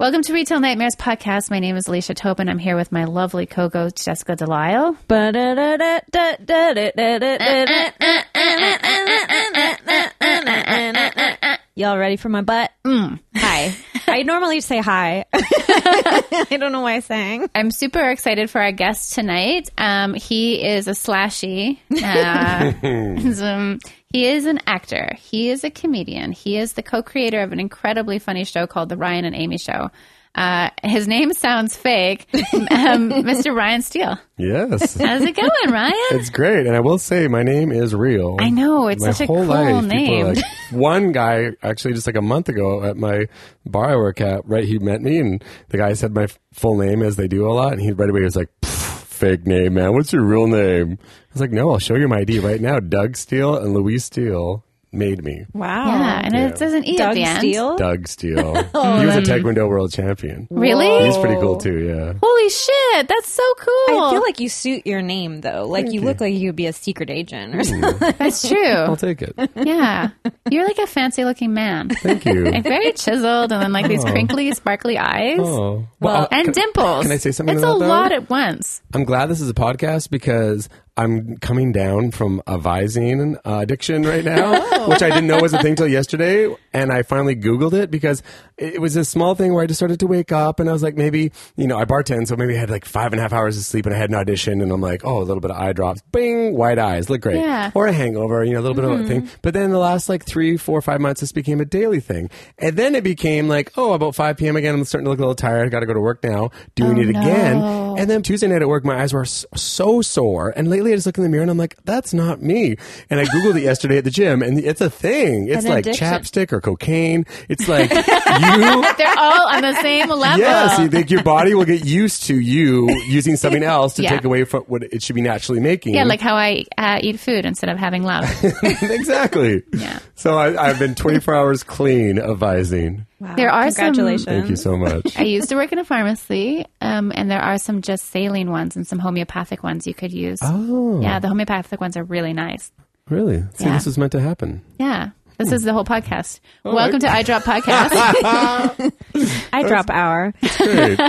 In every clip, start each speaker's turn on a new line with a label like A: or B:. A: Welcome to Retail Nightmares Podcast. My name is Alicia Tobin. I'm here with my lovely co host, Jessica Delisle.
B: Y'all ready for my butt? Hi. I normally say hi. I don't know why I sang.
A: I'm super excited for our guest tonight. Um, he is a slashy. Uh, he's, um, he is an actor. He is a comedian. He is the co-creator of an incredibly funny show called The Ryan and Amy Show. Uh, his name sounds fake, um, Mr. Ryan Steele.
C: Yes.
A: How's it going, Ryan?
C: It's great, and I will say my name is real.
A: I know, it's such a cool
C: people are
A: name.
C: like- one guy actually just like a month ago at my bar I work at, right? He met me, and the guy said my f- full name as they do a lot, and he right away was like, "Pff, "Fake name, man. What's your real name?" I was like, "No, I'll show you my ID right now." Doug Steele and Louise Steele made me.
B: Wow.
A: Yeah, and
C: "Oh,
A: it doesn't eat at
B: Doug
A: the end.
B: Steele?
C: Doug Steele.
A: Oh,
C: he was a Taekwondo world champion.
A: Really?
C: He's pretty cool too. Yeah.
A: Holy shit, that's so cool.
B: I feel like you suit your name though. Like you look like you'd be a secret agent or something.
A: that's true.
C: I'll take it.
A: Yeah. You're like a fancy looking man.
C: Thank you.
A: Like very chiseled and then like these crinkly, sparkly eyes.
C: Oh.
A: Well, and dimples.
C: can I say something
A: It's
C: about
A: a
C: that?
A: lot at once.
C: I'm glad this is a podcast because I'm coming down from a Visine uh, addiction right now, which I didn't know was a thing till yesterday. And I finally Googled it because it it was a small thing where I just started to wake up and I was like, maybe, you know, I bartend, so maybe I had like five and a half hours of sleep and I had an audition and I'm like, oh, a little bit of eye drops, bing, white eyes, look great.
A: Yeah.
C: Or a hangover, you know, a little bit of a thing. But then the last like three, four, five months, this became a daily thing. And then it became like, oh, about 5 p.m. again, I'm starting to look a little tired. I got to go to work now, doing it again. And then Tuesday night at work, my eyes were s- so sore. And lately, I just look in the mirror and I'm like, that's not me. And I Googled it yesterday at the gym, and it's a thing. It's
B: An
C: like
B: addiction.
C: chapstick or cocaine. It's like you.
A: They're all on the same level.
C: Yes, you think your body will get used to you using something else to
A: Yeah.
C: take away from what it should be naturally making.
A: Yeah, like how I uh, eat food instead of having love.
C: exactly.
A: Yeah.
C: So I, I've been 24 hours clean of Visine.
B: Wow.
A: There are some-
B: Congratulations.
C: Thank you so much.
A: I used to work in a pharmacy, um, and there are some just saline ones and some homeopathic ones you could use.
C: Oh,
A: Yeah, the homeopathic ones are really nice.
C: really? See,
A: Yeah.
C: this was meant to happen.
A: Yeah. This
C: Hmm.
A: is the whole podcast. Welcome to I Drop Podcast.
B: I drop hour.
C: Great.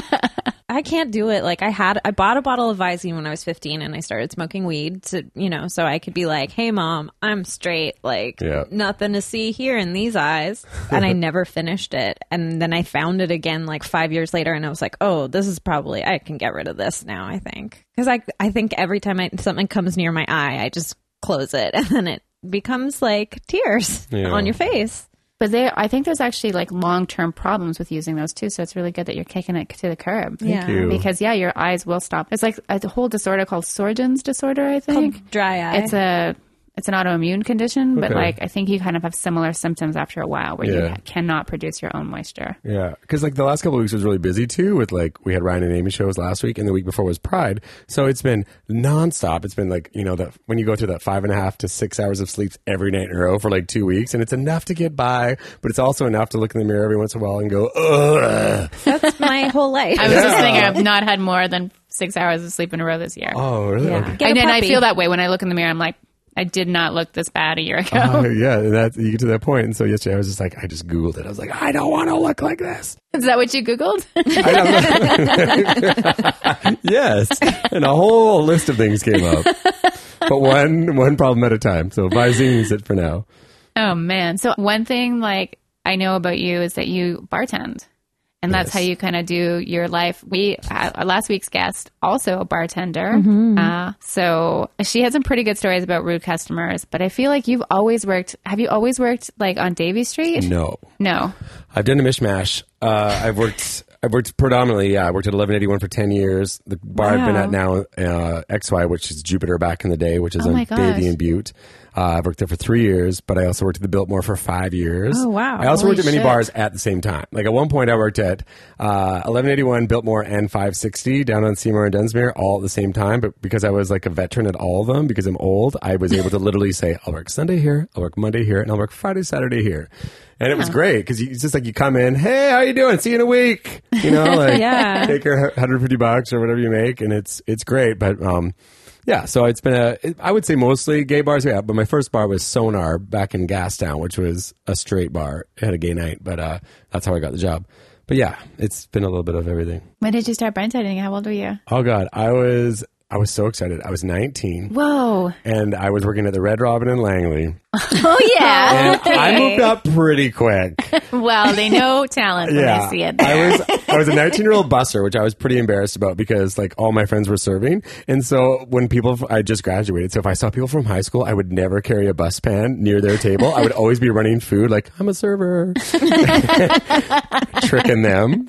B: I can't do it. Like I had, I bought a bottle of Visine when I was 15 and I started smoking weed to, you know, so I could be like, Hey mom, I'm straight. Like
C: Yeah.
B: nothing to see here in these eyes. And I never finished it. And then I found it again like five years later and I was like, Oh, this is probably, I can get rid of this now. I think. Cause I, I think every time I, something comes near my eye, I just close it and then it becomes like tears
C: Yeah.
B: on your face.
A: but there, I think there's actually like long term problems with using those too. So it's really good that you're kicking it to the curb.
B: Yeah.
C: you.
A: Because, yeah, your eyes will stop. It's like a whole disorder called Sorgen's disorder, I think.
B: Dry eye.
A: it's a. It's an autoimmune condition, but
C: Okay.
A: like I think you kind of have similar symptoms after a while where you
C: Yeah.
A: ha- cannot produce your own moisture.
C: Yeah, because like the last couple of weeks was really busy too. With like we had Ryan and Amy shows last week, and the week before was Pride. So it's been nonstop. It's been like you know that when you go through that five and a half to six hours of sleep every night in a row for like two weeks, and it's enough to get by, but it's also enough to look in the mirror every once in a while and go, ugh.
B: That's my whole life.
A: I was just thinking I've not had more than six hours of sleep in a row this year.
C: Oh, really?
B: Yeah.
C: Okay.
B: Get a
A: and then I
B: puppy.
A: feel that way when I look in the mirror. I'm like, I did not look this bad a year ago.
C: Oh, yeah, and that you get to that point. And so yesterday I was just like, I just Googled it. I was like, I don't want to look like this.
A: Is that what you Googled?
C: I don't- yes. And a whole list of things came up. But one one problem at a time. So Visine is it for now.
A: oh, man. So, one thing like I know about you is that you bartend. And that's
C: Yes.
A: how you kind of do your life. We, uh, our last week's guest, also a bartender. Uh, so she had some pretty good stories about rude customers, but I feel like you've always worked. Have you always worked like on Davy Street?
C: No.
A: No.
C: I've done a mishmash. Uh, I've worked. I've worked predominantly. Yeah, I worked at eleven eighty one for ten years. The bar I've been
B: Wow.
C: at now, uh, XY, which is Jupiter back in the day, which is
A: Oh my
C: on
A: gosh.
C: Davy and Butte. Uh, I worked there for three years, but I also worked at the Biltmore for five years.
B: Oh, wow.
C: I also
A: Holy
C: worked at many
A: shit.
C: bars at the same time. Like at one point, I worked at uh, 1181 Biltmore and 560 down on Seymour and Dunsmuir all at the same time. But because I was like a veteran at all of them, because I'm old, I was able to literally say, "I'll work Sunday here, I'll work Monday here, and I'll work Friday, Saturday here." And it was great because it's just like you come in, hey, how you doing? See you in a week. You know, like
B: Yeah.
C: take your 150 bucks or whatever you make, and it's it's great. But um, yeah, so it's been a it- I would say mostly gay bars. Yeah, but my first bar was Sonar back in Gastown, which was a straight bar. It had a gay night, but uh, that's how I got the job. But yeah, it's been a little bit of everything.
A: When did you start bartending? How old were you?
C: Oh God, I was I was so excited. I was 19,
A: Whoa.
C: and I was working at the Red Robin in Langley.
A: Oh, yeah.
C: And I moved up pretty quick.
A: well, they know talent when they see it.
C: I was I was a 19 year old busser, which I was pretty embarrassed about because like all my friends were serving, and so when people I just graduated, so if I saw people from high school, I would never carry a bus pan near their table. I would always be running food like I'm a server, tricking them,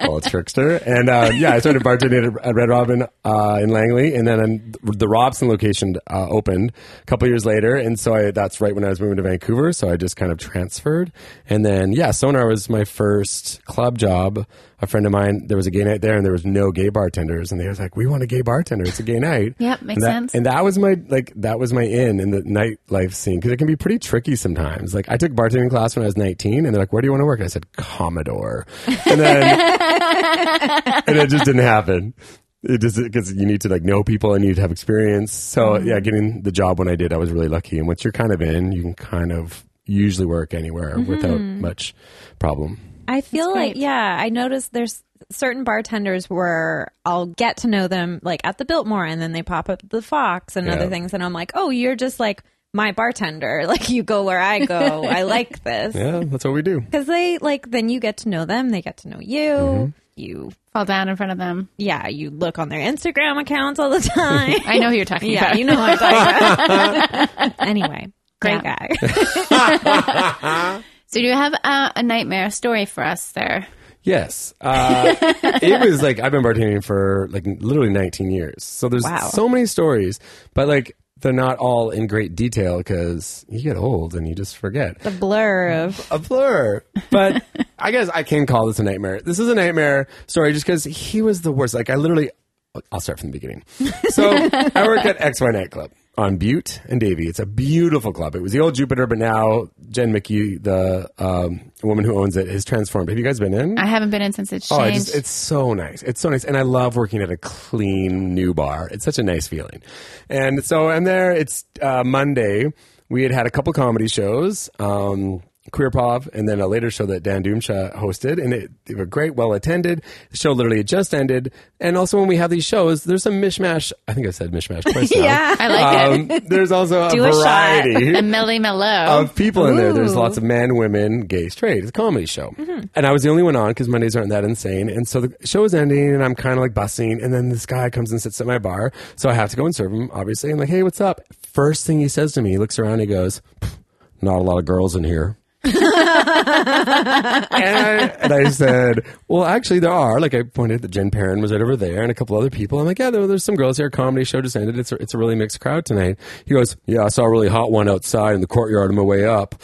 C: little trickster. And uh, yeah, I started bartending at, at Red Robin uh, in Langley, and then um, the Robson location uh, opened a couple years later, and so I, that's right when I was moving to Vancouver. So I just kind of transferred, and then yeah, Sonar was my first club job. A friend of mine, there was a gay night there, and there was no gay bartenders, and they was like, "We want a gay bartender. It's a gay night."
A: Yep, makes
C: and that,
A: sense.
C: And that was my like that was my in in the nightlife scene because it can be pretty tricky sometimes. Like I took bartending class when I was 19, and they're like, "Where do you want to work?" And I said, "Commodore," and then and it just didn't happen. It just because you need to like know people and you need to have experience. So
A: Mm-hmm.
C: yeah, getting the job when I did, I was really lucky. And once you're kind of in, you can kind of usually work anywhere
A: Mm-hmm.
C: without much problem.
B: I feel like
A: great.
B: yeah, I noticed there's certain bartenders where I'll get to know them like at the Biltmore and then they pop up at the Fox and other
C: Yeah.
B: things and I'm like, "Oh, you're just like my bartender. Like you go where I go. I like this."
C: Yeah, that's what we do.
B: Cuz they like then you get to know them, they get to know you.
C: Mm-hmm.
B: You
A: Fall down in front of them.
B: yeah, you look on their Instagram accounts all the time.
A: I know who you're talking
B: yeah,
A: about.
B: you know what I'm talking about. anyway, great guy.
A: so do you have uh, a nightmare story for us there?
C: Yes. Uh, it was like I've been bartending for like literally 19 years. So there's
B: Wow.
C: so many stories, but like they're not all in great detail because you get old and you just forget
B: the blur of
C: a blur. But I guess I can call this a nightmare. This is a nightmare story just because he was the worst. Like, I literally, I'll start from the beginning. So I work at XY Nightclub on Butte and Davie. It's a beautiful club. It was the old Jupiter, but now Jen McKee, the um, woman who owns it, has transformed. Have you guys been in?
A: I haven't been in since it's
C: Oh,
A: changed.
C: I just, it's so nice. It's so nice. And I love working at a clean new bar. It's such a nice feeling. And so I'm there. It's uh, Monday. We had had a couple comedy shows, um, Queer Pov, and then a later show that Dan Doomsha hosted. And it, they were great, well attended. The show literally had just ended. And also, when we have these shows, there's some mishmash. I think I said mishmash twice now.
B: Yeah.
A: I like it.
C: Um, there's also a
B: Do a shot.
C: variety
A: The Melly Mellow.
C: of people in there. There's
B: Ooh.
C: lots of men, women, gay, straight. It's a comedy show. And I was the only one on because Mondays aren't that insane. And so the show is ending and I'm kind of like bussing. And then this guy comes and sits at my bar. So I have to go and serve him, obviously. I'm like, hey, what's up? First thing he says to me, he looks around and he goes, "Pff, not a lot of girls in here. and, I, and I said, well, actually, there are. Like, I pointed that Jen Perrin was right over there and a couple other people. I'm like, yeah, there, there's some girls here. Comedy show just ended. It's a, it's a really mixed crowd tonight. He goes, yeah, I saw a really hot one outside in the courtyard on my way up.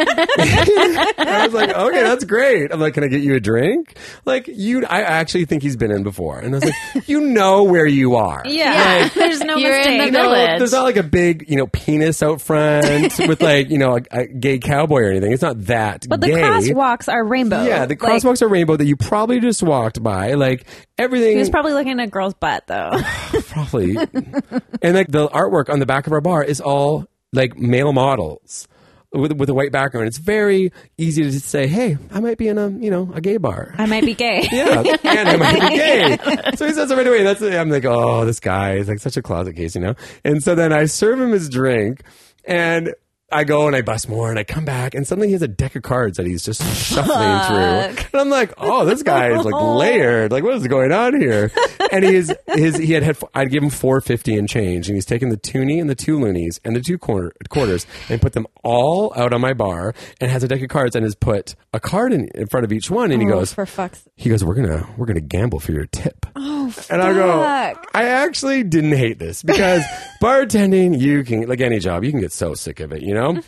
C: I was like, okay, that's great. I'm like, can I get you a drink? Like, you, I actually think he's been in before. And I was like, you know where you are.
B: yeah. there's no
A: You're in
B: mistake.
A: the
C: You know,
A: village.
C: there's not like a big, you know, penis out front with like, you know, a, a gay cowboy or anything. It's not that
B: but the
C: gay.
B: crosswalks are rainbow.
C: Yeah, the
B: Like,
C: crosswalks are rainbow that you probably just walked by. Like everything
B: He was probably looking at a girl's butt, though.
C: probably. and like the artwork on the back of our bar is all like male models with with a white background. It's very easy to just say, "Hey, I might be in a, you know, a gay bar."
B: I might be gay.
C: Yeah, and I might be gay. So he says it right away. That's I'm like, oh, this guy is like such a closet case, you know. And so then I serve him his drink, and I go and I bust more, and I come back, and suddenly he has a deck of cards that he's just shuffling through, and I'm like, oh, this guy is like layered. Like, what is going on here? And he's his he had had I'd give him four fifty in change, and he's taken the toonie and the two loonies and the two quarter, quarters and put them all out on my bar, and has a deck of cards and has put a card in, in front of each one, and he
B: Oh,
C: goes,
B: for fuck's
C: he goes, "We're gonna we're gonna gamble for your tip." Oh and I go, I actually didn't hate this because bartending, you can, like any job, you can get so sick of it, you know?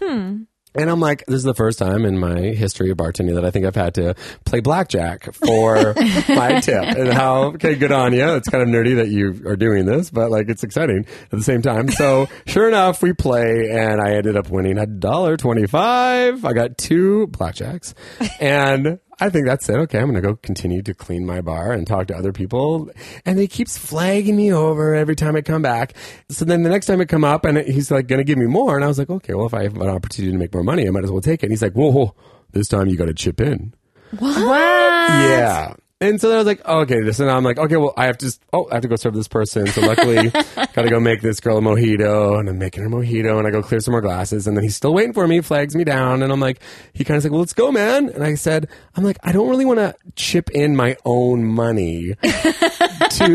C: And I'm like, this is the first time in my history of bartending that I think I've had to play blackjack for my tip. And how, okay, good on you. It's kind of nerdy that you are doing this, but like it's exciting at the same time. So sure enough, we play and I ended up winning a dollar twenty-five. I got two blackjacks. And I think that's it. Okay, I'm going to go continue to clean my bar and talk to other people. And he keeps flagging me over every time I come back. So then the next time I come up and he's like going to give me more. And I was like, okay, well, if I have an opportunity to make more money, I might as well take it. And he's like, whoa, whoa this time you got to chip in. Yeah. And so then I was like, oh, okay, this, and I'm like, okay, well, I have to, just, oh, I have to go serve this person. So luckily, gotta go make this girl a mojito, and I'm making her a mojito, and I go clear some more glasses, and then he's still waiting for me, flags me down, and I'm like, he kind of like, well, let's go, man. And I said, I'm like, I don't really want to chip in my own money to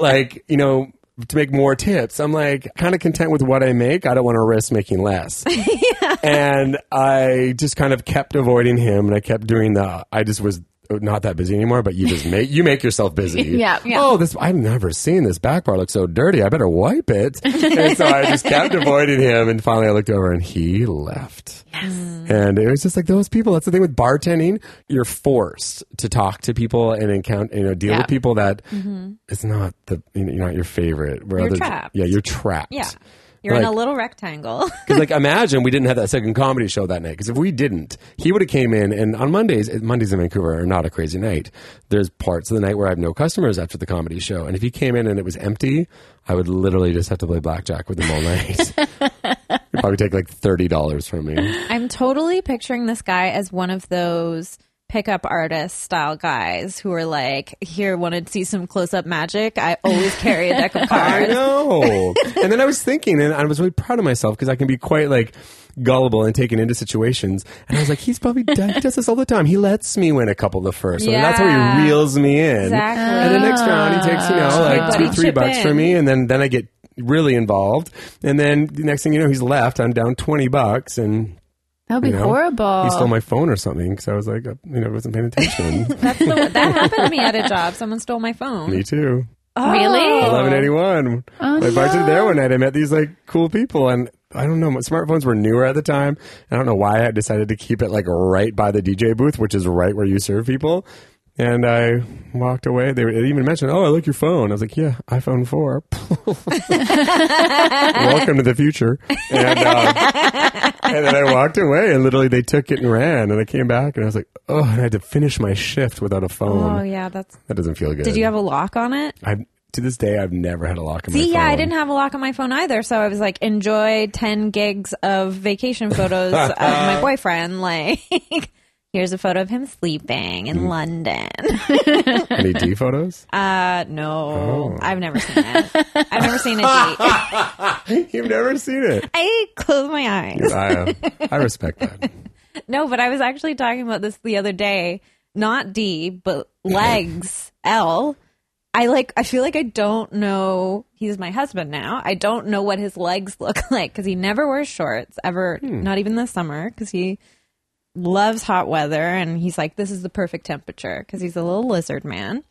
C: like, you know, to make more tips. I'm like kind of content with what I make. I don't want to risk making less. And I just kind of kept avoiding him and I kept doing the I just was not that busy anymore, but you just make you make yourself busy.
A: Yeah, yeah.
C: Oh, this I've never seen this back bar look so dirty. I better wipe it. and so I just kept avoiding him and finally I looked over and he left. And it was just like those people. That's the thing with bartending. You're forced to talk to people and encounter, you know, deal
A: Yeah.
C: with people that it's not the you know, not your favorite. Where
B: You're
C: others-
B: trapped.
C: Yeah, you're trapped.
B: Yeah. You're in
C: Like-
B: a little rectangle.
C: Because like imagine we didn't have that second comedy show that night. Because if we didn't, he would have came in and on Mondays, eh, Mondays in Vancouver are not a crazy night. There's parts of the night where I have no customers after the comedy show, and if he came in and it was empty, I would literally just have to play blackjack with him all night. He'd probably take like thirty dollars from me.
B: I'm totally picturing this guy as one of those pickup artist style guys who are like, here, wanted to see some close up magic. I always carry a deck of
C: I
B: cards.
C: know. and then I was thinking, and I was really proud of myself because I can be quite like gullible and taken into situations. And I was like, he's probably done, he does this all the time. He lets me win a couple the first one. And that's how
B: Yeah.
C: he reels me in.
B: Exactly.
C: And the next round, he takes you know like
B: Ah. Everybody
C: two, three
B: chip
C: bucks
B: in.
C: from me, and then then I get really involved. And then the next thing you know, he's left. I'm down twenty bucks, and
A: That would be
C: you know,
A: horrible.
C: he stole my phone or something because I was like, uh, you know, I wasn't paying attention.
B: That's the- that happened to me at a job. Someone stole my phone.
C: me too.
B: Oh.
A: Really?
C: Eleven eighty one. I bartended there one night. I met these like cool people, and I don't know. my Smartphones were newer at the time. I don't know why I decided to keep it like right by the DJ booth, which is right where you serve people. And I walked away. They, were, they even mentioned, "Oh, I like your phone." I was like, "Yeah, iPhone four. Welcome to the future." And, uh, and then I walked away, and literally they took it and ran. And I came back, and I was like, "Oh!" And I had to finish my shift without a phone.
B: Oh, yeah. That's.
C: That doesn't feel good.
B: Did you have a lock on it?
C: I've, to this day, I've never had a lock on my
B: See,
C: phone.
B: yeah, I didn't have a lock on my phone either, so I was like, enjoy ten gigs of vacation photos of my boyfriend. Like, here's a photo of him sleeping
C: Hmm.
B: in London.
C: Any D photos?
B: Uh, no,
C: Oh.
B: I've never seen it. I've never seen a date.
C: You've never seen it.
B: I close my eyes.
C: I, I respect that.
B: No, but I was actually talking about this the other day. Not D, but legs. L. I like. I feel like I don't know. He's my husband now. I don't know what his legs look like because he never wears shorts ever. Not even this summer because he loves hot weather and he's like, this is the perfect temperature because he's a little lizard man.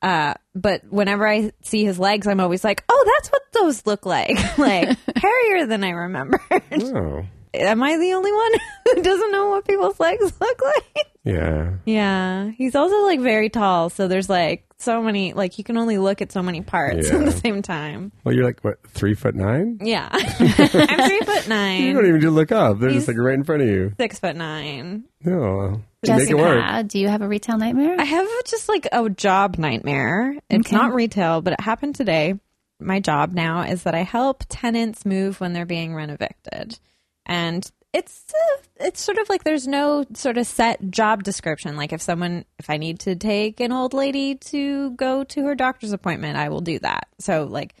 B: Uh, but whenever I see his legs, I'm always like, oh, that's what those look like. like hairier than I remembered.
C: Oh,
B: Am I the only one who doesn't know what people's legs look like?
C: yeah.
B: Yeah. He's also like very tall, so there's like so many like you can only look at so many parts at
C: Yeah.
B: the same time.
C: Well, you're like what three foot nine?
B: Yeah. I'm three foot
C: You don't
B: nine.
C: even need to look up. They're just like right in front of you.
B: Six foot nine.
C: No, uh,
A: Jessica,
C: make it work.
A: do you have a retail nightmare?
B: I have just like a job nightmare. It's
A: Okay.
B: not retail, but it happened today. My job now is that I help tenants move when they're being rent evicted. And it's uh, it's sort of like there's no sort of set job description. Like if someone if I need to take an old lady to go to her doctor's appointment, I will do that. So like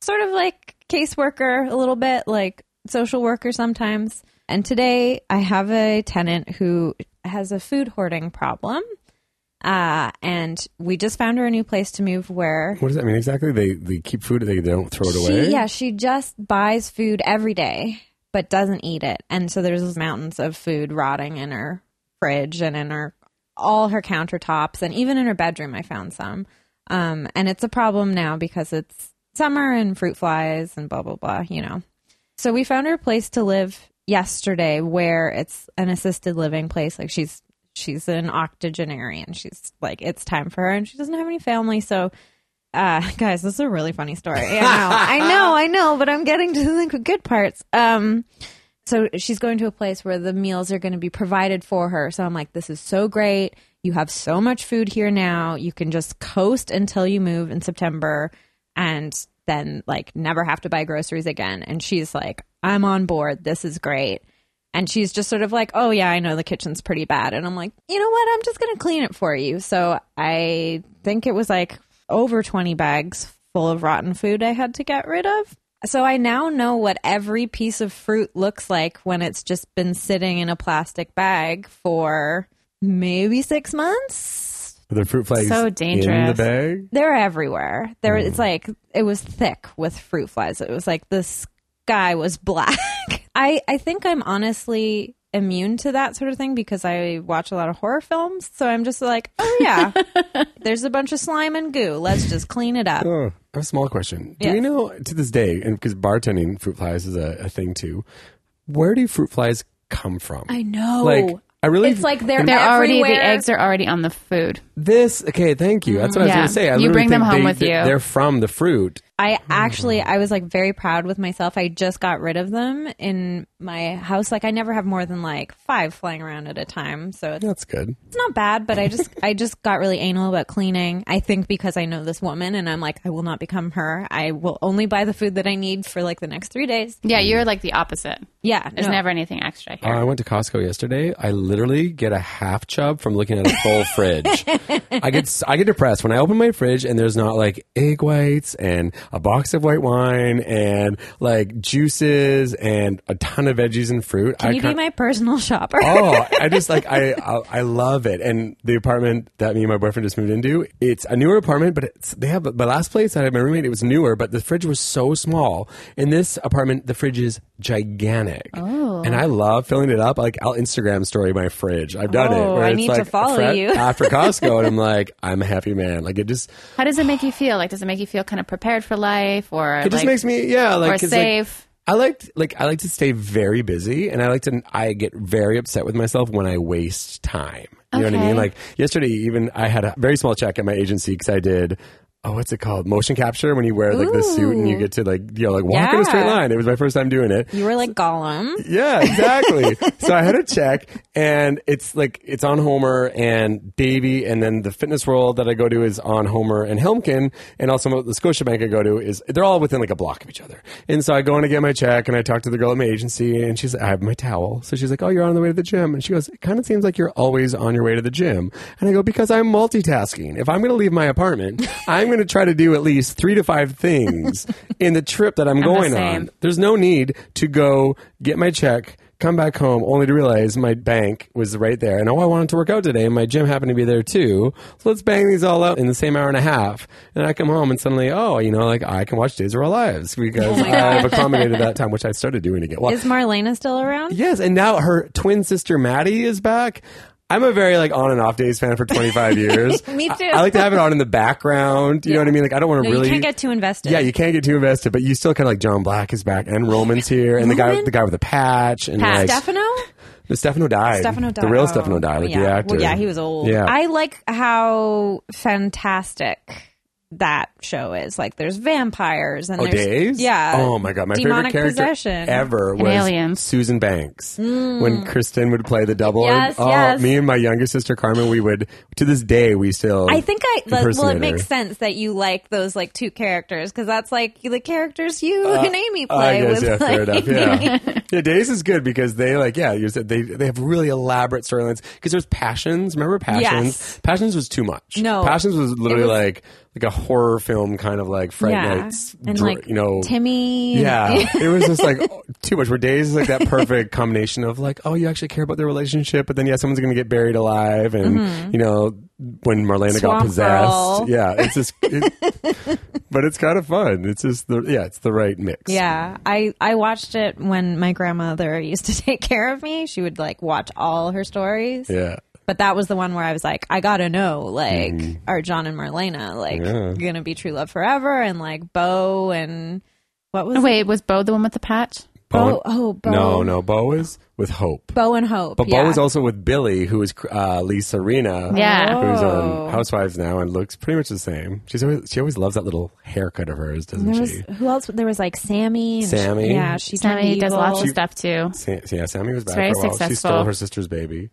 B: sort of like caseworker a little bit, like social worker sometimes. And today I have a tenant who has a food hoarding problem. Uh, and we just found her a new place to move where
C: What does that mean exactly? They they keep food. They don't throw it away.
B: she, yeah, she just buys food every day, but doesn't eat it. And so there's mountains of food rotting in her fridge and in her all her countertops and even in her bedroom. I found some. Um, and it's a problem now because it's summer and fruit flies and blah, blah, blah, you know. So we found her a place to live yesterday where it's an assisted living place. Like she's she's an octogenarian. She's like it's time for her and she doesn't have any family, so uh guys, this is a really funny story. I know. I know, I know, but I'm getting to the good parts. Um so she's going to a place where the meals are going to be provided for her. So I'm like, this is so great. You have so much food here now. You can just coast until you move in September and then like never have to buy groceries again. And she's like, I'm on board. This is great. And she's just sort of like, oh, yeah, I know the kitchen's pretty bad. And I'm like, you know what? I'm just going to clean it for you. So I think it was like over 20 bags full of rotten food I had to get rid of. So I now know what every piece of fruit looks like when it's just been sitting in a plastic bag for maybe six months.
C: The fruit flies
A: So
C: in the
A: dangerous.
C: bag.
B: They're everywhere. There, it's like it was thick with fruit flies. It was like the sky was black. I I think I'm honestly immune to that sort of thing because I watch a lot of horror films. So I'm just like, oh yeah, there's a bunch of slime and goo. Let's just clean it up.
C: Oh, I have a small question. Do we
B: Yes.
C: know to this day, and because bartending fruit flies is a, a thing too, where do fruit flies come from?
B: I know.
C: Like, I really.
B: it's like they're,
A: They're already the
B: everywhere.
A: eggs are already on the food.
C: this. Okay, thank you. That's what I
A: Yeah.
C: was going to say. I
A: You
C: literally
A: bring them
C: think
A: home
C: they-
A: with
C: they-
A: you.
C: They're from the fruit.
B: I actually I was like very proud with myself. I just got rid of them in my house. Like I never have more than like five flying around at a time. So it's,
C: That's good.
B: it's not bad, but I just I just got really anal about cleaning. I think because I know this woman and I'm like I will not become her. I will only buy the food that I need for like the next 3 days.
A: Yeah, you're like the opposite.
B: Yeah.
A: There's
B: no.
A: never anything extra here.
C: Uh, I went to Costco yesterday. I literally get a half chub from looking at a full fridge. I get s- I get depressed when I open my fridge and there's not like egg whites and a box of white wine and like juices and a ton of veggies and fruit.
B: Can
C: I
B: you
C: can't-
B: be my personal shopper?
C: oh, I just like I, I I love it. And the apartment that me and my boyfriend just moved into, it's a newer apartment, but it's, they have the last place I had my roommate. It was newer, but the fridge was so small. In this apartment, the fridge is gigantic, oh. and I love filling it up. Like I'll Instagram story my fridge. I've done it.
B: Oh, I
C: it's
B: need to
C: like
B: follow
C: fre-
B: you.
C: after Costco, and I'm like, I'm a happy man. Like it just
A: How does it make you feel? Like, does it make you feel kind of prepared for life, or
C: it just makes me yeah like
A: or
C: 'cause, like,
A: safe?
C: I like like I like to stay very busy, and I like to I get very upset with myself when I waste time. You know what I
A: Okay.
C: mean? Like yesterday, even I had a very small check at my agency because I did. Oh, what's it called? Motion capture when you wear like the suit and you
B: Ooh.
C: get to like you know like walk in a straight
B: Yeah.
C: line. It was my first time doing it.
B: You were like Gollum.
C: Yeah, exactly. so I had a check, and it's like it's on Homer and Davy, and then the fitness world that I go to is on Homer and Helmkin, and also the Scotiabank I go to is they're all within like a block of each other. And so I go in to get my check, and I talk to the girl at my agency, and she's I have my towel, so she's like, "Oh, you're on the way to the gym," and she goes, "It kind of seems like you're always on your way to the gym," and I go, "Because I'm multitasking. If I'm going to leave my apartment, I'm going to try to do at least three to five things in the trip that I'm, going
A: same.
C: on." There's no need to go get my check, come back home, only to realize my bank was right there. And oh, I wanted to work out today, and my gym happened to be there too. So let's bang these all out in the same hour and a half. And I come home, and suddenly, oh, you know, like I can watch Days of Our Lives because I've accommodated that time, which I started doing again. Well,
B: Oh Is Marlena still around?
C: yes, and now her twin sister Maddie is back. I'm a very like on and off days fan for 25 years.
B: Me too.
C: I, I like to have it on in the background. You know what I mean? Like I don't want to
B: No,
C: really
B: you can't get too invested.
C: yeah, you can't get too invested, but you still kind of like John Black is back and Roman's here, and the guy
B: Roman?
C: the guy with the patch and
B: Pat
C: like
B: Stefano?
C: No, Stefano died.
B: Stefano died.
C: The real
B: Oh,
C: Stefano died, like
B: yeah.
C: the actor.
B: Well, yeah, he was old.
C: Yeah,
B: I like how fantastic that show is. Like, there's vampires and
C: oh,
B: there's
C: days.
B: yeah.
C: Oh my god, my favorite
B: demonic
C: character
B: possession.
C: ever was
A: Alien.
C: Susan Banks when Kristen would play the double.
B: Mm. Yes,
C: oh,
B: yes.
C: me and my younger sister Carmen, we would to this day we still.
B: I think I like, well,
C: impersonate
B: it
C: her.
B: makes sense that you like those like two characters because that's like the characters you and Amy
C: Uh, I
B: play
C: guess,
B: with.
C: yeah, fair
B: like-
C: enough. Yeah. yeah, Days is good because they like, yeah, you said they they have really elaborate storylines because there's Passions. Remember Passions?
B: Yes.
C: Passions was too much.
B: No.
C: Passions was literally
B: was-
C: like like a horror film kind of like Fright
B: Yeah.
C: Nights,
B: and
C: dr-
B: like
C: you know.
B: Timmy. and-
C: yeah, it was just like oh, too much. Where Days is like that perfect combination of like, oh, you actually care about their relationship, but then yeah, someone's going to get buried alive, and you know when Marlena got
B: Mm-hmm. Swamp
C: possessed,
B: Girl.
C: yeah, it's just, it- but it's kind of fun. It's just the yeah, it's the right mix.
B: Yeah, I I watched it when my grandmother used to take care of me. She would like watch all her stories.
C: yeah.
B: But that was the one where I was like, I gotta know, like, are John and Marlena like
C: Mm-hmm. Yeah.
B: gonna be true love forever? And like Bo and what was
A: Wait, was Bo the one with the patch?
B: Bo- oh, Bo.
C: No, no, Bo is with Hope.
B: Bo and Hope?
C: But
B: yeah.
C: Bo is also with Billy, who is uh, Lee Serena.
A: Yeah.
C: Who's on
B: Oh.
C: Housewives now and looks pretty much the same. She's always, she always loves that little haircut of hers, doesn't
B: There
C: she?
B: was who else? There was like Sammy. and she-
C: Sammy.
B: yeah, she turned
A: Sammy does
B: evil.
A: lots of stuff too.
C: Sa- yeah, Sammy was back
A: very
C: for a while. She stole
A: successful.
C: her sister's baby.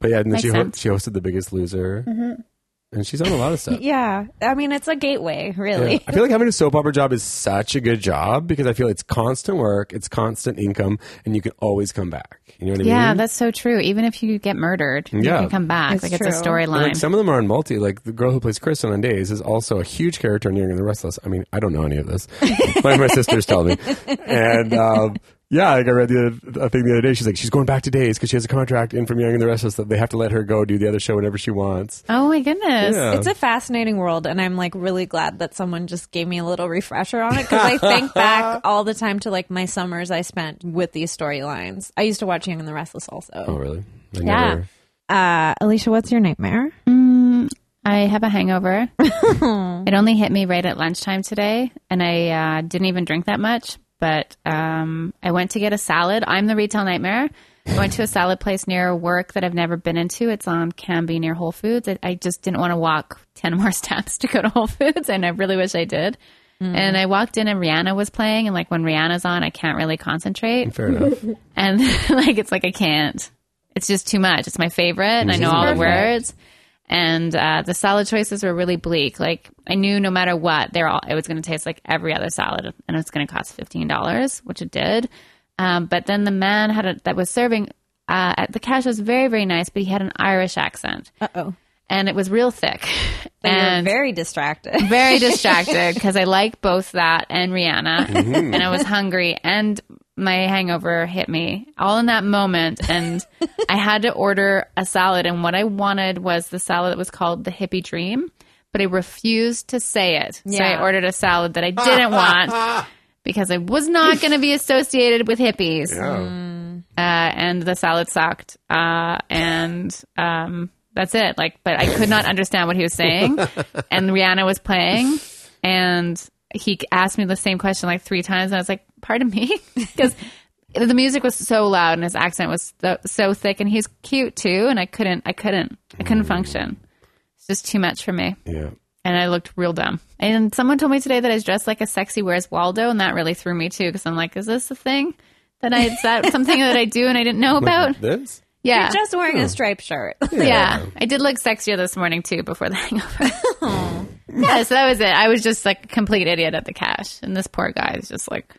C: But yeah, and then
A: Makes
C: she, ho-
A: sense.
C: she hosted The Biggest Loser. And she's on a lot of stuff.
B: Mm-hmm. Yeah, I mean it's a gateway,
C: Yeah.
B: really.
C: I feel like having a soap opera job is such a good job because I feel it's constant work, it's constant income, and you can always come back. You know what I mean?
A: Yeah, that's so true. Even if you get murdered, you
C: Mm-hmm. Yeah.
A: can come back.
B: It's
A: like it's a
B: true.
C: And, like
A: storyline.
C: some of them are on multi. Like the girl who plays Kristen on Days is also a huge character in Young and the Restless. I mean, I don't know any of this. my, my sisters tell me. And um, yeah, like I read the other, a thing the other day. She's like, she's going back to Days because she has a contract in from Young and the Restless that they have to let her go do the other show whenever she wants.
A: oh my goodness.
C: Yeah.
B: It's a fascinating world, and I'm like really glad that someone just gave me a little refresher on it because I think back all the time to like my summers I spent with these storylines. I used to watch Young and the Restless
C: Oh,
B: also.
C: really? I
A: Yeah.
C: never-
B: Uh, Alicia, what's your nightmare?
A: I have a hangover. it only hit me right at lunchtime today, and I uh, didn't even drink that much. But um, I went to get a salad. I'm the retail nightmare. I went to a salad place near work that I've never been into. It's on Canby near Whole Foods. I, I just didn't want to walk 10 more steps to go to Whole Foods, and I really wish I did. And I walked in, and Rihanna was playing. And like when Rihanna's on, I can't really concentrate.
C: Fair enough.
A: And like it's like I can't. It's just too much. It's my favorite, and I know all the
C: Perfect.
A: words. And uh, the salad choices were really bleak. Like I knew no matter what, they're all it was going to taste like every other salad, and it's going to cost fifteen dollars, which it did. Um, but then the man had a, that was serving uh, at the cash was very very nice, but he had an Irish accent,
B: Uh oh.
A: and it was real thick. and
B: You're very distracted.
A: very distracted because I like both that and Rihanna, and I was hungry, and my hangover hit me all in that moment, and I had to order a salad, and what I wanted was the salad that was called the Hippie Dream, but I refused to say it, so I
B: Yeah.
A: ordered a salad that I didn't want because I was not going to be associated with hippies
C: Oh. Yeah.
A: uh, and the salad sucked. Uh, and um, that's it. Like, but I could not understand what he was saying. And Rihanna was playing, and he asked me the same question like three times, and I was like, "Pardon me," because the music was so loud and his accent was so, so thick, and he's cute too, and I couldn't, I couldn't, I couldn't function. It's just too much for me.
C: Yeah.
A: And I looked real dumb. And someone told me today that I was dressed like a sexy Where's Waldo, and that really threw me too because I'm like, is this a thing that I is that something that I do and I didn't know about?
C: This?
A: Yeah,
B: You're just wearing a striped shirt.
A: yeah. I did look sexier this morning too before the hangover. yeah, so that was it. I was just like a complete idiot at the cash, and this poor guy is just like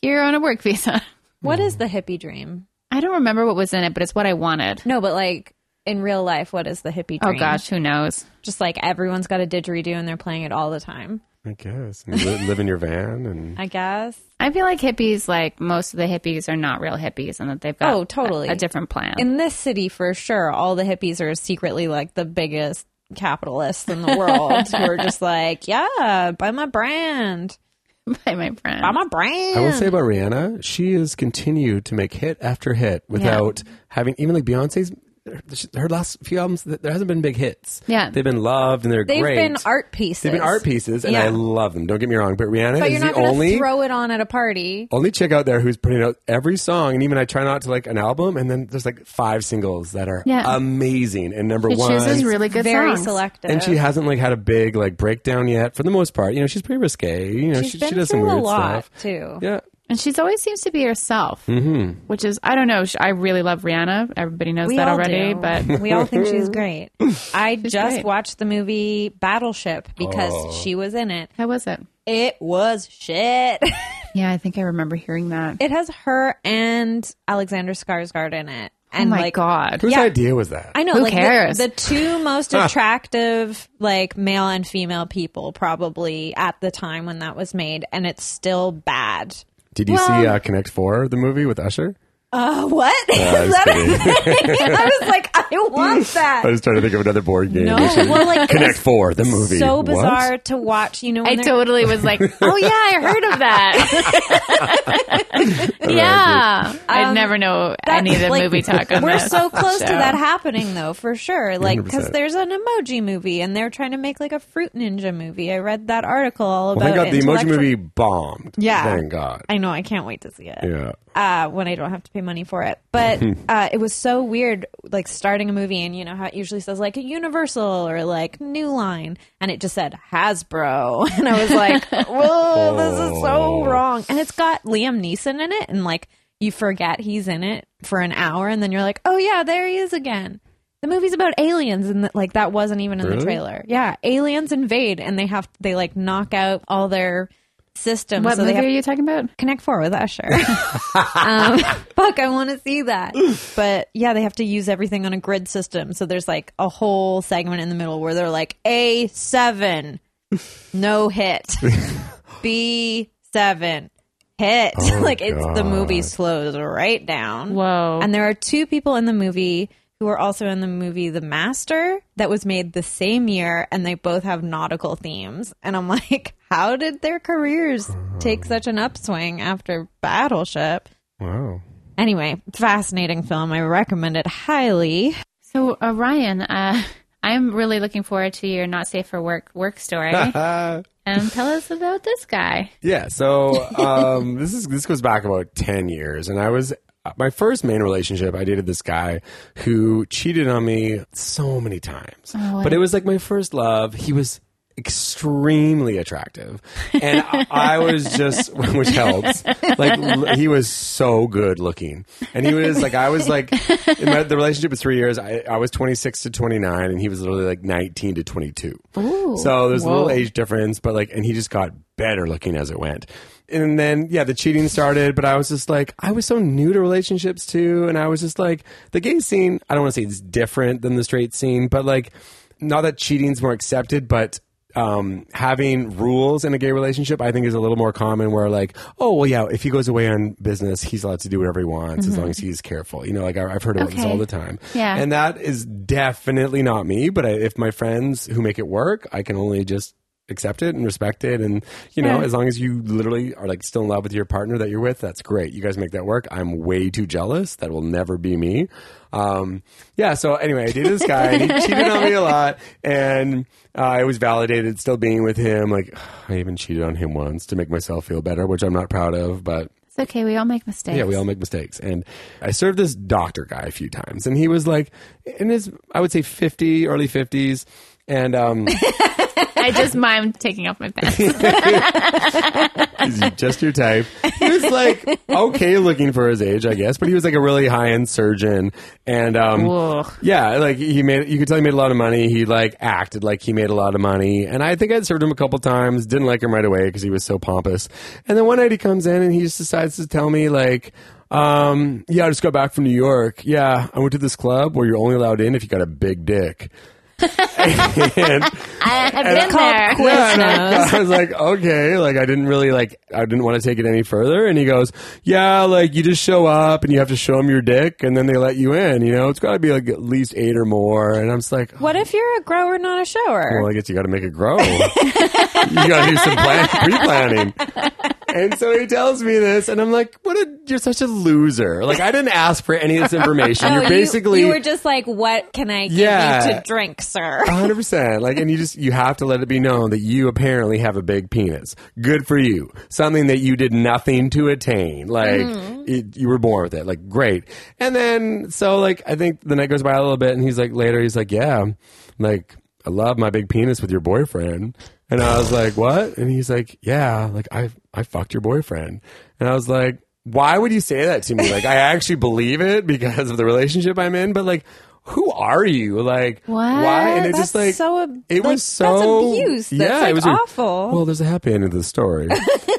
A: here on a work visa.
B: what is the hippie dream?
A: I don't remember what was in it, but it's what I wanted.
B: No, but like in real life, what is the hippie
A: Oh
B: dream?
A: gosh, who knows?
B: Just like everyone's got a didgeridoo and they're playing it all the time.
C: I guess. And li- live in your van and
B: I guess.
A: I feel like hippies, like most of the hippies, are not real hippies, and that they've got
B: Oh, totally.
A: a, a different plan.
B: in this city for sure all the hippies are secretly like the biggest capitalists in the world who are just like yeah buy my brand
A: by my friend.
B: buy my brand
C: I will say about Rihanna, she has continued to make hit after hit without having even like Beyonce's her last few albums. th- There hasn't been big hits.
A: Yeah.
C: they've been loved and they're
B: they've
C: great.
B: been art pieces
C: They've been art pieces, and
B: Yeah.
C: I love them. Don't get me wrong, but Rihanna
B: but
C: is
B: you're not
C: the
B: gonna
C: only
B: throw it on at a party
C: only chick out there who's putting out every song. And even I try not to like an album, and then there's like five singles that are
A: Yeah.
C: amazing and number
A: She
C: one.
A: chooses really good
B: very
A: songs.
B: selective
C: and she hasn't like had a big like breakdown yet. For the most part, you know, she's pretty risque. You know,
B: She's
C: she,
B: been
C: she does some
B: through a
C: weird
B: lot,
C: stuff
B: too.
C: Yeah,
A: And she's always seems to be herself, mm-hmm. which is I don't know. sh- I really love Rihanna. Everybody knows
B: we
A: that
B: all
A: already,
B: do.
A: but
B: we all think she's great i just
A: great.
B: watched the movie battleship because
C: Oh.
B: she was in it
A: how was it?
B: it was shit
A: Yeah, I think I remember hearing that.
B: it has her and alexander skarsgård in it
A: oh
B: and
A: my
B: like
A: god!
C: whose
B: Yeah.
C: idea was that?
B: I know.
A: Who
B: like, the-
A: cares?
B: The, two most attractive, like male and female people, probably at the time when that was made, and it's still bad.
C: Did you
A: Well-
C: see uh, Connect Four, the movie with Usher?
B: uh, what? Is
C: I was
B: that
C: kidding.
B: a thing? I was like, I want that.
C: I was trying to think of another board game.
B: no,
C: We should-
B: well, like
C: Connect
B: it's
C: Four, the movie.
B: So
C: What?
B: bizarre to watch. You know,
A: I
B: when they're-
A: totally was like, oh yeah, I heard of that. yeah, I
B: Um,
A: never know
B: that-
A: any of the
B: like,
A: movie talk on
B: We're
A: this
B: so close to
A: show.
B: that happening, though, for sure. Like, because
C: 100%.
B: there's an emoji movie, and they're trying to make like a fruit ninja movie. I read that article all
C: Well,
B: about.
C: thank Oh God the emoji
B: intellectual-
C: movie bombed.
B: Yeah.
C: Thank God.
B: I know. I can't wait to see it.
C: Yeah.
B: uh, when I don't have to pay money for it. But uh, it was so weird, like starting a movie, and you know how it usually says like Universal or like New Line, and it just said Hasbro, and I was like, "Whoa, this is so
C: Oh.
B: wrong." And it's got Liam Neeson in it, and like you forget he's in it for an hour, and then you're like, "Oh yeah, there he is again." The movie's about aliens, and that like that wasn't even in the
C: Really?
B: trailer. Yeah, aliens invade, and they have they like knock out all their systems.
A: What
B: so
A: movie
B: they have
A: are you talking about?
B: Connect Four with Usher. um, fuck, I want to see that. But yeah, they have to use everything on a grid system. So there's like a whole segment in the middle where they're like A seven, no hit. B seven, hit. like it's the movie slows right down.
A: Whoa.
B: And there are two people in the movie who are also in the movie The Master that was made the same year, and they both have nautical themes. And I'm like, how did their careers take such an upswing after Battleship?
C: Wow.
B: Anyway, fascinating film. I recommend it highly.
A: So, uh, Ryan, uh, I'm really looking forward to your not safe for work work story.
C: Uh,
A: um, tell us about this guy.
C: Yeah. So um, this is this goes back about ten years, and I was uh, my first main relationship. I dated this guy who cheated on me so many times, but it was like my first love. He was extremely attractive and I, I was just which helps like l- he was so good looking and he was like i was like in my, the relationship was three years I, I was 26 to 29 and he was literally like 19 to 22 so there's a little age difference, but like, and he just got better looking as it went. And then, yeah, the cheating started, but I was just like, I was so new to relationships too. And I was just like, the gay scene, I don't want to say it's different than the straight scene, but like, not that cheating's more accepted, but um, having rules in a gay relationship, I think, is a little more common. Where like, oh well, yeah, if he goes away on business, he's allowed to do whatever he wants as long as he's careful. You know, like I, I've heard about this
A: Okay.
C: all the time.
A: Yeah.
C: and that is definitely not me. But I, if my friends who make it work, I can only just accept it and respect it and you know
A: Sure.
C: as long as you literally are like still in love with your partner that you're with that's great you guys make that work i'm way too jealous that will never be me um yeah so anyway i dated this guy and he cheated on me a lot and uh, i was validated still being with him like i even cheated on him once to make myself feel better which i'm not proud of but
A: It's okay. We all make mistakes.
C: yeah, we all make mistakes. And I served this doctor guy a few times, and he was like in his, I would say, fifty, early fifties, and um,
A: I just mimed taking off my pants.
C: is just your type. He was like okay looking for his age, I guess, but he was like a really high end surgeon, and um,
A: Whoa.
C: yeah, like he made. You could tell he made a lot of money. He like acted like he made a lot of money, and I think I'd served him a couple times. Didn't like him right away because he was so pompous. And then one night he comes in and he just decides to tell me like. Um, yeah, I just got back from New York. Yeah, I went to this club where you're only allowed in if you got a big dick. and
A: I have
C: it's
A: been
C: called
A: there.
C: yeah, and I, I was like, okay, like I didn't really like, I didn't want to take it any further. And he goes, yeah, like you just show up and you have to show them your dick, and then they let you in. You know, it's got to be like at least eight or more. And I'm just like, "Oh,
B: What if you're a grower, not a shower?
C: well, I guess you got to make it grow. you got to do some plan- pre-planning. And so he tells me this, and I'm like, "What? A, you're such a loser! Like I didn't ask for any of this information.
B: No,
C: you're basically
B: Oh, you, were just like, what can I give
C: Yeah.
B: you to drink, sir?
C: hundred percent. Like, and you just you have to let it be known that you apparently have a big penis. Good for you. Something that you did nothing to attain. Like it, you were born with it. Like great. And then so like I think the night goes by a little bit, and he's like later he's like yeah, like I love my big penis with your boyfriend. And I was like what? And he's like yeah, like I I fucked your boyfriend. And I was like. Why would you say that to me? Like, I actually believe it because of the relationship I'm in, but like, who are you? Like,
A: What?
C: why? And it's
B: That's
C: just like,
B: so ab-
C: it
B: like,
C: was so.
B: that's abuse. That's, like,
C: weird.
B: awful.
C: Well, there's a happy ending to the story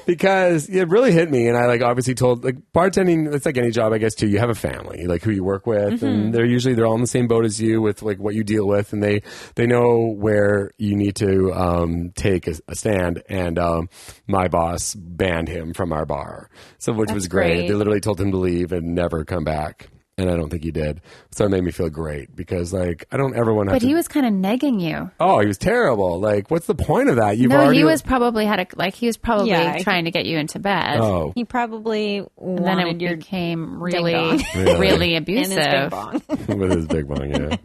C: because it really hit me. And I like obviously told, like, bartending, it's like any job, I guess, too. You have a family, like who you work with.
B: Mm-hmm.
C: And they're usually, they're all in the same boat as you with like what you deal with. And they, they know where you need to um, take a, a stand. And um, my boss banned him from our bar. So, which was great.
A: great.
C: They literally told him to leave and never come back. And I don't think he did. So it made me feel great because, like, I don't ever want to.
A: But he was kind of negging you.
C: Oh, he was terrible. Like, what's the point of that? You've
A: No,
C: already
A: he was probably had a like he was probably
B: Yeah, I-
A: trying to get you into bed.
C: Oh,
B: he probably
A: and then it
B: wanted your
A: became really,
B: dong.
A: really,
C: Really?
B: in his big
A: abusive.
B: bong.
C: with his big one, yeah.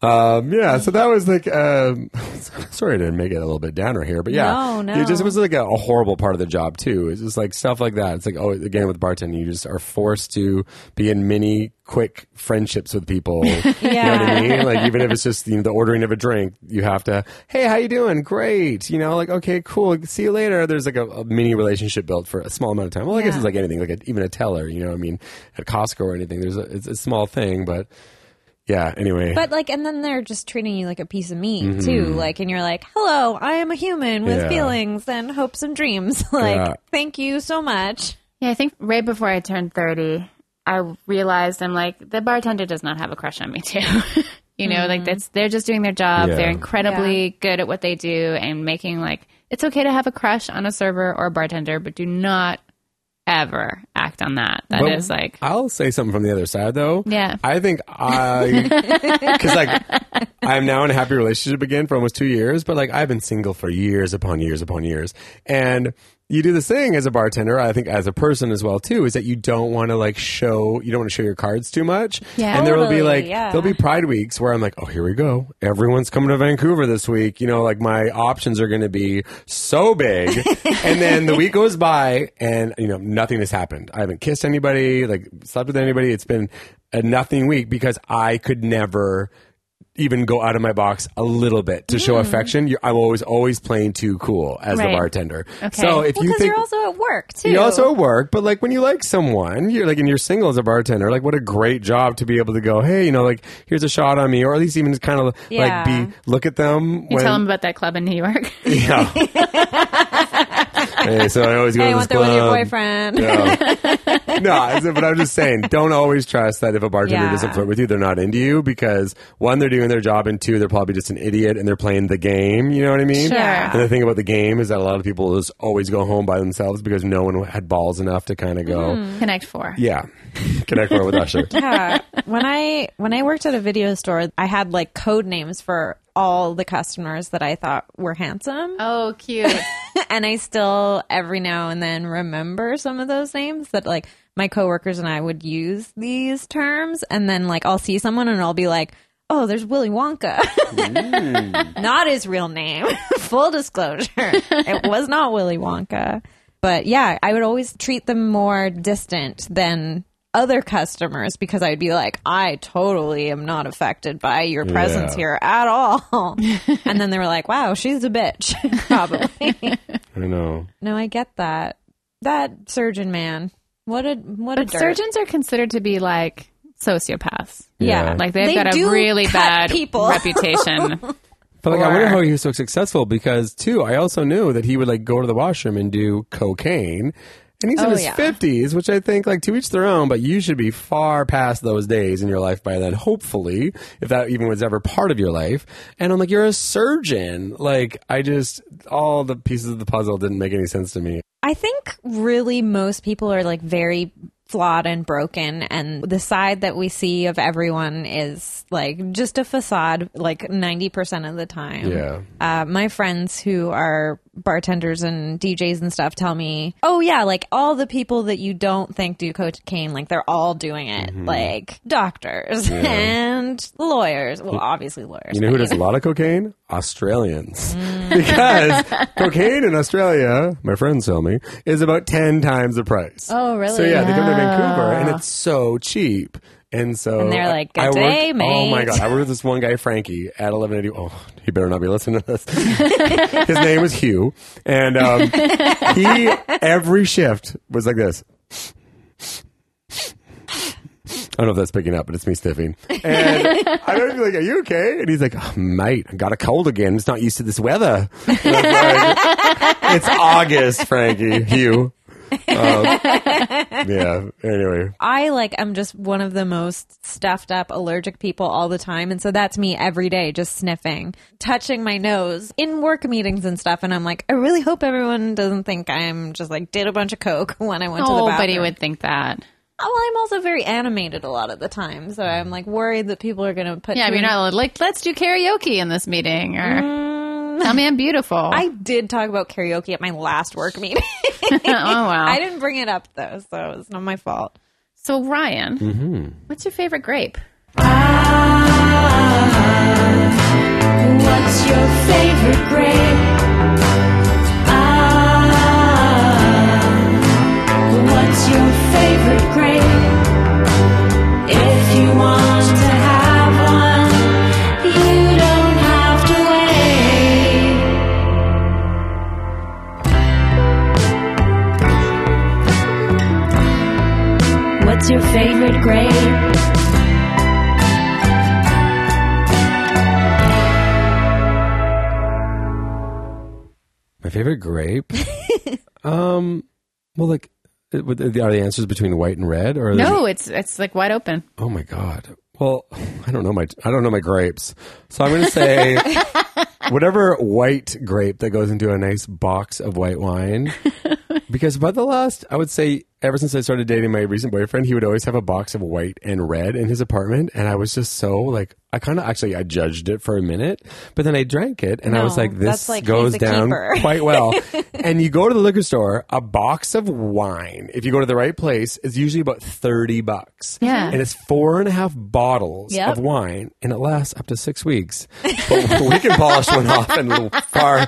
C: Um, yeah, so that was like, um, sorry to make it a little bit downer here, but yeah,
B: No, no.
C: it just was like a, a horrible part of the job too. It's just like stuff like that. It's like, oh, again, with bartending, you just are forced to be in many quick friendships with people. You know what I mean? Like even if it's just you know, the ordering of a drink, you have to, hey, how you doing? Great. You know, like okay, cool. See you later. There's like a, a mini relationship built for a small amount of time. Well, I guess it's like anything, like a, even a teller. You know, what I mean, at Costco or anything. There's a, it's a small thing, but yeah. Anyway,
B: But like, and then they're just treating you like a piece of meat too. Like, and you're like, "Hello, I am a human with
C: Yeah.
B: feelings and hopes and dreams." like,
C: Yeah.
B: thank you so much.
A: Yeah, I think right before I turned 30, I realized I'm like, the bartender does not have a crush on me, too. you know,
B: Mm-hmm.
A: like that's, they're just doing their job.
C: Yeah.
A: They're incredibly good at what they do and making like, it's okay to have a crush on a server or a bartender, but do not ever act on that. That is
C: Well-
A: like,
C: I'll say something from the other side though.
A: Yeah.
C: I think I because like I'm now in a happy relationship again for almost two years, but like I've been single for years upon years upon years, and you do this thing as a bartender. I think as a person as well too is that you don't want to like show you don't want to show your cards too much.
A: Yeah.
C: and there will be
B: Totally,
C: like
B: yeah.
C: there'll be Pride weeks where I'm like, oh, here we go. Everyone's coming to Vancouver this week. You know, like my options are going to be so big. and then the week goes by and, you know, nothing has happened. I haven't kissed anybody, like slept with anybody. It's been a nothing week because I could never even go out of my box a little bit to
B: Hmm.
C: show affection. You're, I'm always, always playing too cool as the
A: Right.
C: bartender. So if
B: Well,
C: you
B: because
C: think.
B: you're also at work too.
C: You also work, but like when you like someone, you're like and you're single as a bartender. Like what a great job to be able to go, hey, you know, like here's a shot on me, or at least even kind of
B: Yeah.
C: like be look at them.
A: you
C: when,
A: tell them about that club in New York.
C: Yeah. hey, so I always go
B: Hey, I went
C: to this
B: there with your
C: club.
B: boyfriend.
C: No. no, I said- but I'm just saying, don't always trust that if a bartender
B: Yeah.
C: doesn't flirt with you, they're not into you because one, they're doing their job, and two, they're probably just an idiot and they're playing the game. You know what I mean?
A: Sure. Yeah.
C: And the thing about the game is that a lot of people just always go home by themselves because no one had balls enough to kind of go,
A: Connect four.
C: yeah, connect more with Usher.
B: yeah. When I when I worked at a video store, I had like code names for all the customers that I thought were handsome.
A: Oh, cute.
B: and I still every now and then remember some of those names that like my coworkers and I would use these terms and then like I'll see someone and I'll be like, "Oh, there's Willy Wonka." not his real name. Full disclosure. It was not Willy Wonka. But yeah, I would always treat them more distant than other customers because I would be like, I totally am not affected by your presence
C: Yeah.
B: here at all. and then they were like, wow, she's a bitch. Probably.
C: I know.
B: No, I get that. That surgeon man. What a what a
A: but
B: dirt.
A: surgeons are considered to be like sociopaths.
C: Yeah.
A: Like they've
B: They
A: got a
B: do
A: really
B: cut
A: bad
B: people.
A: reputation.
C: But like, I
A: Or-
C: wonder how he was so successful because too, I also knew that he would like go to the washroom and do cocaine. And he's in
B: Oh,
C: his
B: yeah.
C: fifties, which I think like to each their own, but you should be far past those days in your life by then, hopefully, if that even was ever part of your life. And I'm like, you're a surgeon. Like I just all the pieces of the puzzle didn't make any sense to me.
B: I think really most people are like very flawed and broken and the side that we see of everyone is like just a facade like 90% of the time.
C: Yeah.
B: Uh, my friends who are bartenders and DJs and stuff tell me, "Oh yeah, like all the people that you don't think do cocaine, like they're all doing it.
C: Mm-hmm.
B: Like doctors and lawyers. Well, obviously lawyers.
C: You know who does a lot of cocaine? Australians.
B: Mm.
C: because cocaine in Australia, my friends tell me, is about 10 times the price.
B: Oh, really?
C: So, yeah, they come to Vancouver and it's so cheap. And so
B: And they're like,
C: I- I
B: "Good
C: worked-
B: day,
C: Oh my
B: mate."
C: god! I worked with this one guy, Frankie, at eleven eighty. Oh, he better not be listening to this. His name was Hugh, and um, he every shift was like this. I don't know if that's picking up, but it's me sniffing. And I don't know, like, are you okay? And he's like, oh, mate, I got a cold again. It's not used to this weather. And I'm like, it's August, Frankie, Hugh. Um, yeah. Anyway,
B: I like am just one of the most stuffed up allergic people all the time and so that's me every day just sniffing, touching my nose in work meetings and stuff and I'm like I really hope everyone doesn't think I'm just like did a bunch of coke when I went to the bathroom.
A: Nobody Oh, would think that.
B: Oh, Well, I'm also very animated a lot of the time, so I'm like worried that people are going to put
A: Yeah, I
B: too
A: mean, I would like, let's do karaoke in this meeting or tell me I'm beautiful.
B: Mm. I did talk about karaoke at my last work meeting.
A: oh, wow.
B: I didn't bring it up though, so it's not my fault.
A: so, Ryan,
C: Mm-hmm.
A: what's your favorite grape?
D: What's your favorite grape? Ah, what's your favorite grape? If you want to have one, you don't have to wait. What's your favorite grape?
C: my favorite grape. um, well, like, it- would- are the answers between white and red, or are there-
A: No, it's it's like wide open.
C: Oh my god. Well, I don't know my I don't know my grapes. So I'm going to say whatever white grape that goes into a nice box of white wine. Because by the last, I would say ever since I started dating my recent boyfriend, he would always have a box of white and red in his apartment and I was just so like I kind of actually I judged it for a minute, but then I drank it and I was
B: No,
C: like this
B: that's like,
C: goes
B: he's a
C: down
B: keeper.
C: quite well. and you go to the liquor store, a box of wine, if you go to the right place, is usually about 30 bucks.
A: Yeah.
C: And it's four and a half bottles
B: Yep.
C: of wine, and it lasts up to six weeks. But we can polish one off in a little far,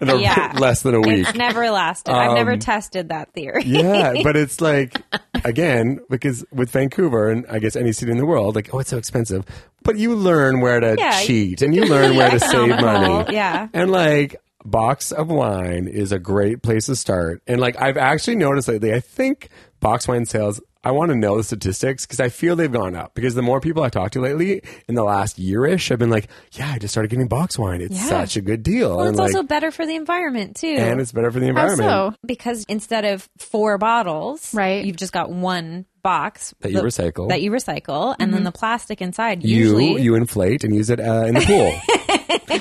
C: in a,
B: Yeah.
C: less than a week.
B: It's never lasted. I've
A: Um,
B: never tested that theory.
C: yeah, but it's like again because with Vancouver and I guess any city in the world, like oh, it's so expensive. But you learn where to
B: Yeah, you-
C: cheat and you learn where to save money.
B: Yeah.
C: And like box of wine is a great place to start. And like I've actually noticed lately, I think box wine sales I want to know the statistics because I feel they've gone up. Because the more people I've talked to lately in the last year-ish, I've been like, yeah, I just started getting box wine. It's
B: Yeah.
C: such a good deal.
B: Well,
C: and
B: it's
C: like
B: also better for the environment too.
C: and it's better for the
A: How
C: environment.
A: so?
B: because instead of four bottles,
A: Right.
B: you've just got one box
C: That you
B: the-
C: recycle.
B: That you recycle, and then the plastic inside
C: you
B: usually
C: you inflate and use it uh, in the pool.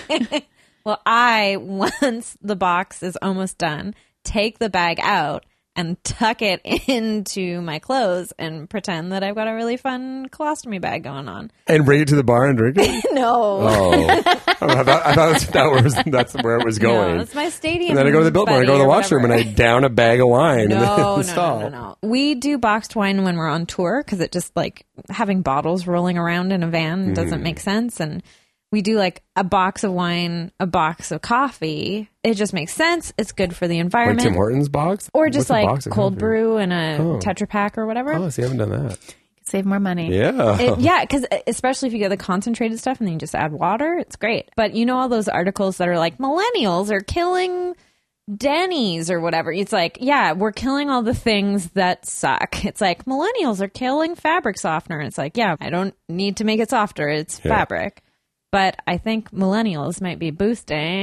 B: Well, I once the box is almost done, take the bag out and tuck it into my clothes and pretend that I've got a really fun colostomy bag going on.
C: and bring it to the bar and drink it.
B: No.
C: Oh, I, thought, I thought that's, that was, that's where it was going.
B: No, it's my stadium.
C: and then I go to the Biltmore, I go to the washroom, and I down a bag of wine. and then
B: no, no,
C: install.
B: no, no, no. We do boxed wine when we're on tour because it just like having bottles rolling around in a van doesn't make
C: Mm-hmm.
B: sense. And we do like a box of wine, a box of coffee. It just makes sense. It's good for the
C: Like
B: environment.
C: Tim Hortons box,
B: or just
C: What's a
B: like
C: box of
B: cold
C: coffee?
B: brew and a
C: Oh.
B: Tetra Pak or whatever.
C: Oh, see, I haven't done that.
A: Save more money.
C: Yeah,
B: It- yeah, because especially if you get the concentrated stuff and then you just add water, it's great. But you know all those articles that are like millennials are killing Denny's or whatever. It's like, yeah, we're killing all the things that suck. It's like millennials are killing fabric softener. It's like, yeah, I don't need to make it softer. It's
C: Yeah.
B: fabric. But I think millennials might be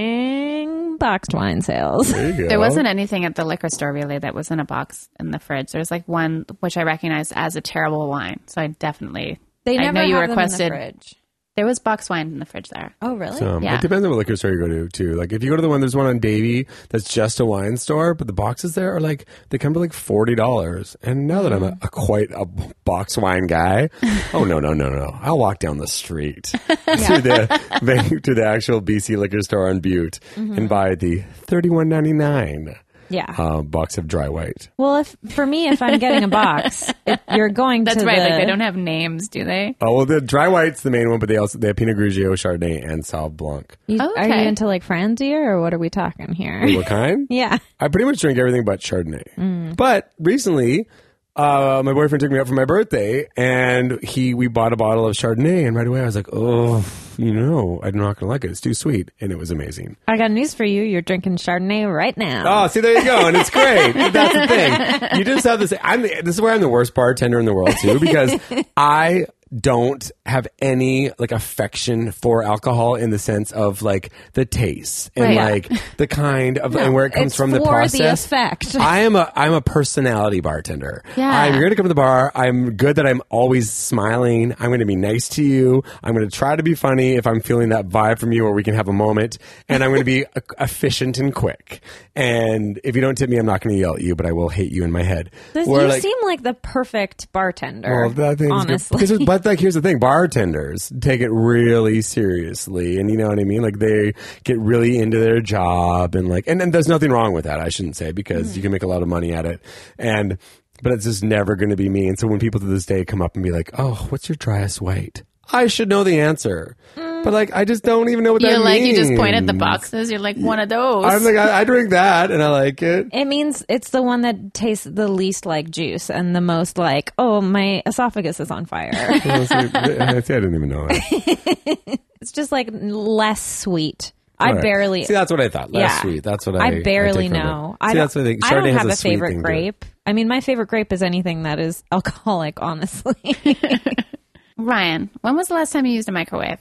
B: boosting boxed wine sales.
C: there you go.
A: There wasn't anything at the liquor store really that was in a box in the fridge. There was like one which I recognized as a terrible wine. So I definitely
B: They
A: I
B: never
A: know you
B: have
A: requested
B: them in the fridge.
A: there was box wine in the fridge there.
B: Oh, really?
C: Um,
A: Yeah.
C: It depends on what liquor store you go to, too. Like, if you go to the one, there's one on Davie that's just a wine store, but the boxes there are like, they come to like $40. And now that I'm a, a quite a box wine guy, oh, no, no, no, no. I'll walk down the street to, the, van- to the actual BC liquor store on Butte and buy the thirty-one ninety-nine
B: yeah.
C: uh, box of dry white.
B: Well, if for me, if I'm getting a box, it, you're going
A: That's
B: to
A: right.
B: the-
A: Like they don't have names, do they?
C: Oh, well, the dry white's the main one, but they also they have Pinot Grigio, Chardonnay, and Sauv Blanc.
B: You- Are
A: Okay.
B: you into like Franzia or what are we talking here?
C: What kind?
B: yeah.
C: I pretty much drink everything but Chardonnay. But recently, uh, my boyfriend took me out for my birthday, and he we bought a bottle of Chardonnay, and right away I was like, oh, you know, I'm not gonna like it. It's too sweet, and it was amazing.
B: I got news for you. You're drinking Chardonnay right now.
C: Oh, see, there you go, and it's great. That's the thing. You just have this. I'm the, this is where I'm the worst bartender in the world too, because I don't have any like affection for alcohol in the sense of like the taste and
B: Right.
C: like the kind of and where it comes
B: it's
C: from the
B: for the
C: process.
B: effect.
C: I am a I'm a personality bartender.
A: Yeah.
C: I'm here to come to the bar. I'm good that I'm always smiling. I'm going to be nice to you. I'm going to try to be funny if I'm feeling that vibe from you, or we can have a moment. And I'm going to be e- efficient and quick. And if you don't tip me, I'm not going to yell at you, but I will hate you in my head.
B: This-
C: Where,
B: you
C: like-
B: seem like the perfect bartender.
C: well, that thing's good.
B: honestly,
C: Because- but like, here's the thing: bartenders take it really seriously, and you know what I mean. Like, they get really into their job, and like, and, and there's nothing wrong with that. I shouldn't say because
A: Mm.
C: you can make a lot of money at it, and but it's just never going to be me. And so when people to this day come up and be like, "Oh, what's your driest weight?" I should know the answer, but like, I just don't even know what
A: Mm. You're
C: that
A: like,
C: means.
A: you just point at the boxes. You're like, one of those.
C: I'm like, I, I drink that, and I like it.
B: it means it's the one that tastes the least like juice and the most like, oh, my esophagus is on fire.
C: I was like, I didn't even know that.
B: it's just like less sweet. I
C: All right.
B: barely.
C: see. That's what I thought. Last
B: Yeah.
C: sweet. That's what I.
B: I barely
C: take from it.
B: know.
C: See,
B: I don't,
C: that's what I think.
B: I don't
C: Chardonnay has
B: have a,
C: sweet
B: favorite
C: thing to it.
B: grape. I mean, my favorite grape is anything that is alcoholic. Honestly,
A: Ryan, when was the last time you used a microwave?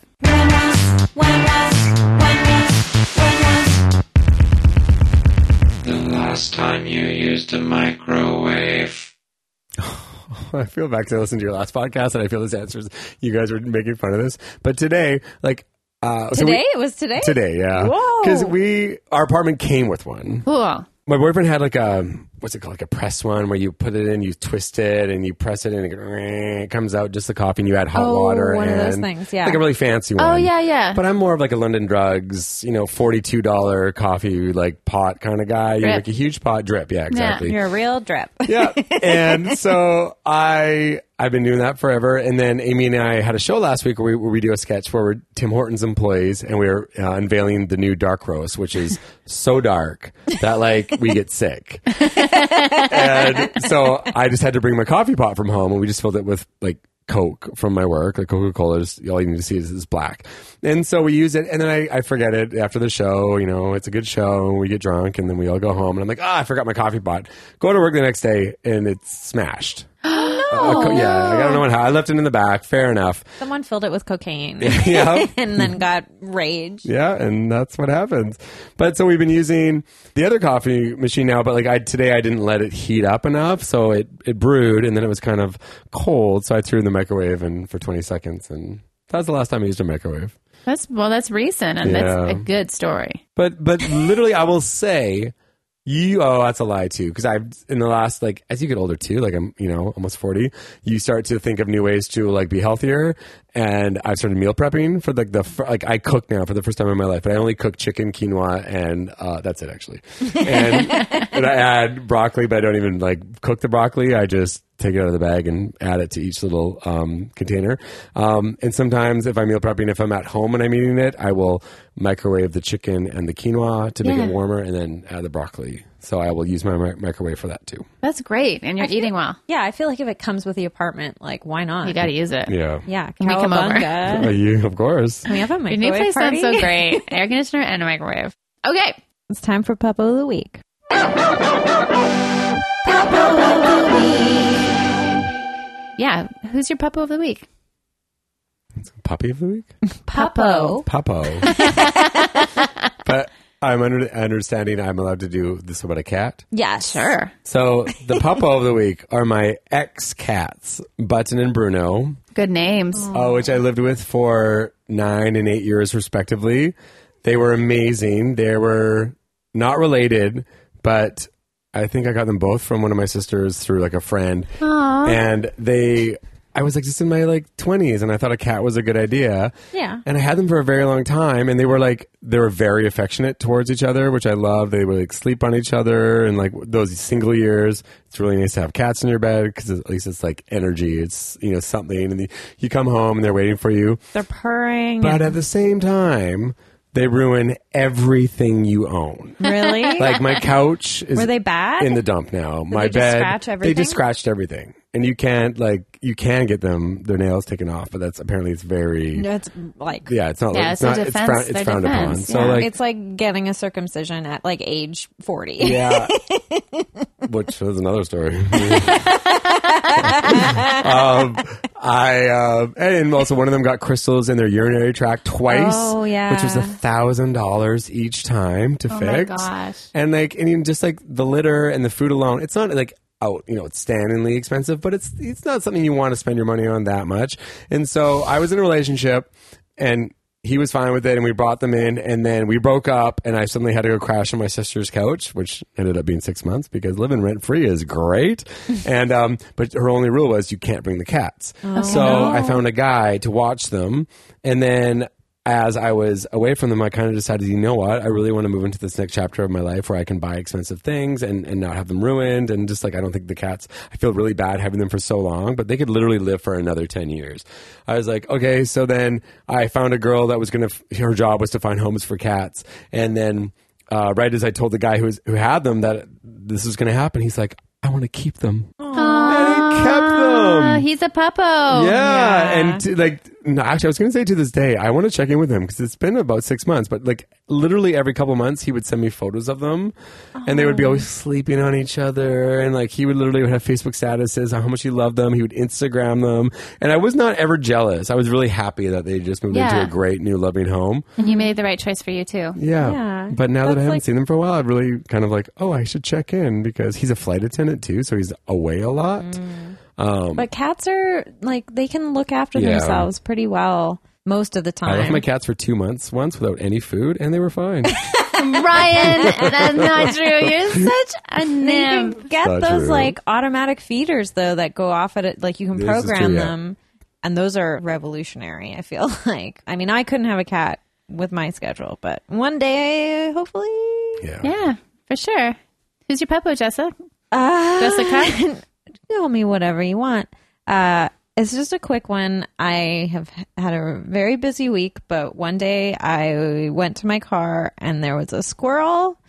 E: The last time you used a microwave.
C: I feel back to listen to your last podcast, and I feel this answers. You guys were making fun of this, but today, like uh, so we-
B: today it was today.
C: today, yeah,
B: Whoa.
C: because we our apartment came with one.
A: Cool.
C: My boyfriend had like a what's it called, like a press one where you put it in, you twist it, and you press it, and it, goes, "Rang," it comes out just the coffee, and you add hot
B: Oh,
C: water.
B: one of
C: and
B: those things, yeah.
C: like a really fancy one.
A: Oh, yeah, yeah.
C: But I'm more of like a London Drugs, you know, forty two dollar coffee like pot kind of guy. You're
A: Drip.
C: like a huge pot drip, yeah, exactly.
B: You're a real drip.
C: yeah. And so I I've been doing that forever. And then Amy and I had a show last week where we, where we do a sketch where we're Tim Hortons employees and we are uh, unveiling the new dark roast, which is so dark that like we get sick. and so I just had to bring my coffee pot from home and we just filled it with like Coke from my work, like Coca Cola. All you need to see is it's black. And so we use it, and then I, I forget it after the show. You know, it's a good show. We get drunk, and then we all go home, and I'm like, ah, I forgot my coffee pot. Go to work the next day, and it's smashed. Uh, co- yeah, like, I don't know how. I left it in the back. Fair enough.
B: Someone filled it with cocaine
C: yeah.
B: and then got rage.
C: Yeah, and that's what happens. But so we've been using the other coffee machine now, but like I today I didn't let it heat up enough, so it it brewed and then it was kind of cold, so I threw it in the microwave and for 20 seconds and that was the last time I used a microwave.
A: That's well, that's recent, and
C: Yeah.
A: that's a good story.
C: But but literally I will say you oh that's a lie too because I've in the last like as you get older too like I'm you know almost 40 you start to think of new ways to like be healthier and I've started meal prepping for like the fir- like I cook now for the first time in my life but I only cook chicken quinoa and uh, that's it actually and, and I add broccoli but I don't even like cook the broccoli I just take it out of the bag and add it to each little um, container um, and sometimes if I'm meal prepping if I'm at home and I'm eating it I will microwave the chicken and the quinoa to make
A: Yeah.
C: it warm warmer and then add the broccoli. So I will use my mi- microwave for that too.
A: That's great, and you're eating well.
B: Yeah, I feel like if it comes with the apartment, like why not?
A: You got to use it.
C: Yeah.
B: yeah,
A: we come over?
B: cowabunga.
C: Uh, you, of course.
B: Can we have a
A: Your
B: microwave
A: new place
B: party?
A: sounds so great. Air conditioner and a microwave. Okay.
B: It's time for Puppo of the Week.
A: Yeah. Who's your puppo of the week?
C: Puppy of the week?
B: Puppo.
C: Papo. but I'm under understanding I'm allowed to do this about a cat.
B: Yes.
A: Sure.
C: So the Papo of the week are my ex cats, Button and Bruno.
A: Good names.
C: uh, which I lived with for nine and eight years, respectively. They were amazing. They were not related, but I think I got them both from one of my sisters through like a friend. And they, I was like just in my like 20s and I thought a cat was a good idea.
B: Yeah.
C: And I had them for a very long time, and they were like they were very affectionate towards each other, which I love. They would like sleep on each other, and like those single years, it's really nice to have cats in your bed because at least it's like energy. It's you know something, and the, you come home and they're waiting for you.
B: They're purring.
C: But at the same time, They ruin everything you own.
B: Really?
C: Like my couch is
B: Were they bad?
C: in the dump now. my
B: they just
C: bed.
B: scratch
C: They
B: everything?
C: just scratched everything, and you can't like you can get them their nails taken off, but that's apparently it's very
B: No, it's like
C: yeah. It's not
A: Yeah,
C: like
A: it's
C: it's,
A: a
C: not
A: defense,
C: it's, frown, it's
A: their
C: frowned upon.
A: defense,
C: So
A: yeah.
C: like
B: it's like getting a circumcision at like age forty.
C: yeah. Which was another story. um, I uh, and also one of them got crystals in their urinary tract twice.
B: Oh, yeah.
C: which was a thousand dollars each time to
A: Oh my
C: fix.
A: gosh.
C: And like, and even just like the litter and the food alone, it's not like out, you know, it's standingly expensive, but it's it's not something you want to spend your money on that much. And so I was in a relationship, and he was fine with it, and we brought them in, and then we broke up, and I suddenly had to go crash on my sister's couch, which ended up being six months because living rent free is great. and um, but her only rule was you can't bring the cats. So I found a guy to watch them, and then as I was away from them, I kind of decided, you know what? I really want to move into this next chapter of my life where I can buy expensive things and, and not have them ruined. And just like, I don't think the cats, I feel really bad having them for so long, but they could literally live for another 10 years. I was like, okay. So then I found a girl that was going to, her job was to find homes for cats. And then, uh, right as I told the guy who, was, who had them that this was going to happen, he's like, I want to keep them. And he kept them.
A: Uh, he's a puppo.
C: Yeah, and to, like, no, actually, I was going to say to this day, I want to check in with him because it's been about six months. But like, literally every couple months, he would send me photos of them, and they would be always sleeping on each other. And like, he would literally would have Facebook statuses on how much he loved them. He would Instagram them, and I was not ever jealous. I was really happy that they just moved
A: Yeah.
C: into a great new loving home.
A: And you made the right choice for you too.
C: Yeah.
B: Yeah.
C: But now that
B: That's
C: I haven't
B: like-
C: seen him for a while, I'm really kind of like, oh, I should check in because he's a flight attendant too, so he's away a lot. Um,
B: But cats are like they can look after
C: Yeah.
B: themselves pretty well most of the
C: I left
B: time.
C: my cats for two months once without any food, and they were fine.
A: Ryan, that's not true. You're such a
B: you
A: nymph.
B: can get
C: That's
B: those
C: true.
B: like automatic feeders though that go off at it. Like you can
C: This is true,
B: program
C: yeah.
B: them, and those are revolutionary. I feel like. I mean, I couldn't have a cat with my schedule, but one day, hopefully,
C: yeah.
A: Yeah, for sure. Who's your puppo, Jessa?
B: uh,
A: Jessica?
B: call me whatever you want. Uh, it's just a quick one. I have had a very busy week, but one day I went to my car and there was a squirrel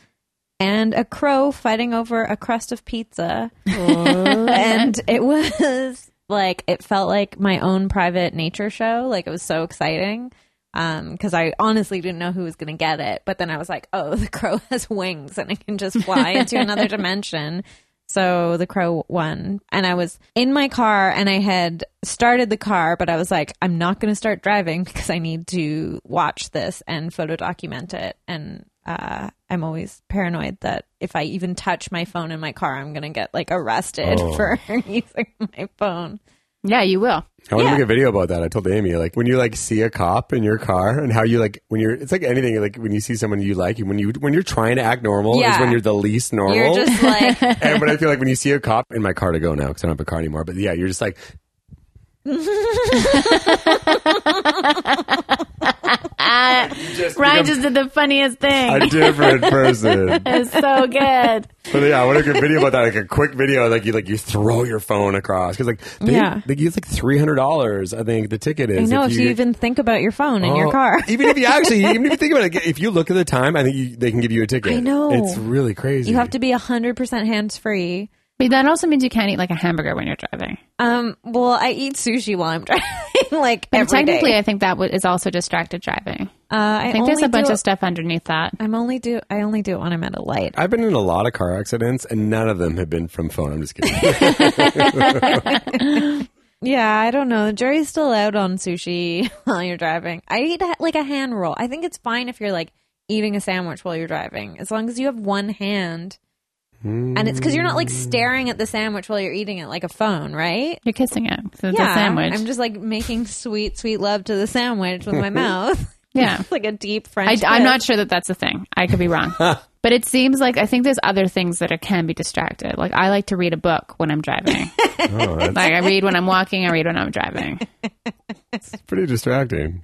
B: and a crow fighting over a crust of pizza. and it was like, it felt like my own private nature show. Like, it was so exciting. Because I honestly didn't know who was going to get it. But then I was like, oh, the crow has wings and it can just fly into another dimension. So the crow won. And I was in my car and I had started the car, but I was like, I'm not going to start driving because I need to watch this and photo document it. And uh, I'm always paranoid that if I even touch my phone in my car, I'm going to get like arrested
C: Oh.
B: for using my phone.
A: Yeah, you will.
C: I want
B: Yeah.
C: to make a video about that. I told Amy, like, when you like see a cop in your car and how you like when you're it's like anything, like when you see someone you like, when you when you're trying to act normal is
B: Yeah.
C: when you're the least normal.
B: You're just like,
C: and but I feel like when you see a cop in my car to go now because I don't have a car anymore. But yeah, you're just like,
A: Uh,
C: just
A: Ryan
C: become
A: just did the funniest thing.
C: a different person.
A: It's so good.
C: But yeah, I want to get a video about that, like a quick video, like you like you throw your phone across because like they,
B: Yeah.
C: they it's like three hundred dollars. I think the ticket
B: I
C: is.
B: know if you, even think about your phone in your
C: Oh,
B: car.
C: even if you actually, even if you think about it, if you look at the time, I think you, they can give you a ticket.
B: I know.
C: it's really crazy.
B: You have to be 100% hands free.
A: But that also means you can't eat like a hamburger when you're driving.
B: Um, well, I eat sushi while I'm driving, like
A: But
B: every day.
A: technically, I think that w- is also distracted driving.
B: Uh, I,
A: I think there's
B: only
A: a bunch
B: do,
A: of stuff underneath that.
B: I'm only do. I only do it when I'm at a light.
C: I've been in a lot of car accidents, and none of them have been from phone. I'm just kidding.
B: Yeah, I don't know. The jury's still out on sushi while you're driving. I eat ha- like a hand roll. I think it's fine if you're like eating a sandwich while you're driving, as long as you have one hand. And it's because you're not like staring at the sandwich while you're eating it like a phone, right?
A: You're kissing it. So it's
B: yeah,
A: a sandwich.
B: I'm just like making sweet, sweet love to the sandwich with my mouth.
A: yeah.
B: It's like a deep
A: I,
B: French.
A: I'm
B: kiss.
A: not sure that that's a thing. I could be wrong. but it seems like I think there's other things that are, can be distracted. Like I like to read a book when I'm driving.
C: oh, that's
A: like I read when I'm walking, I read when I'm driving.
C: pretty distracting.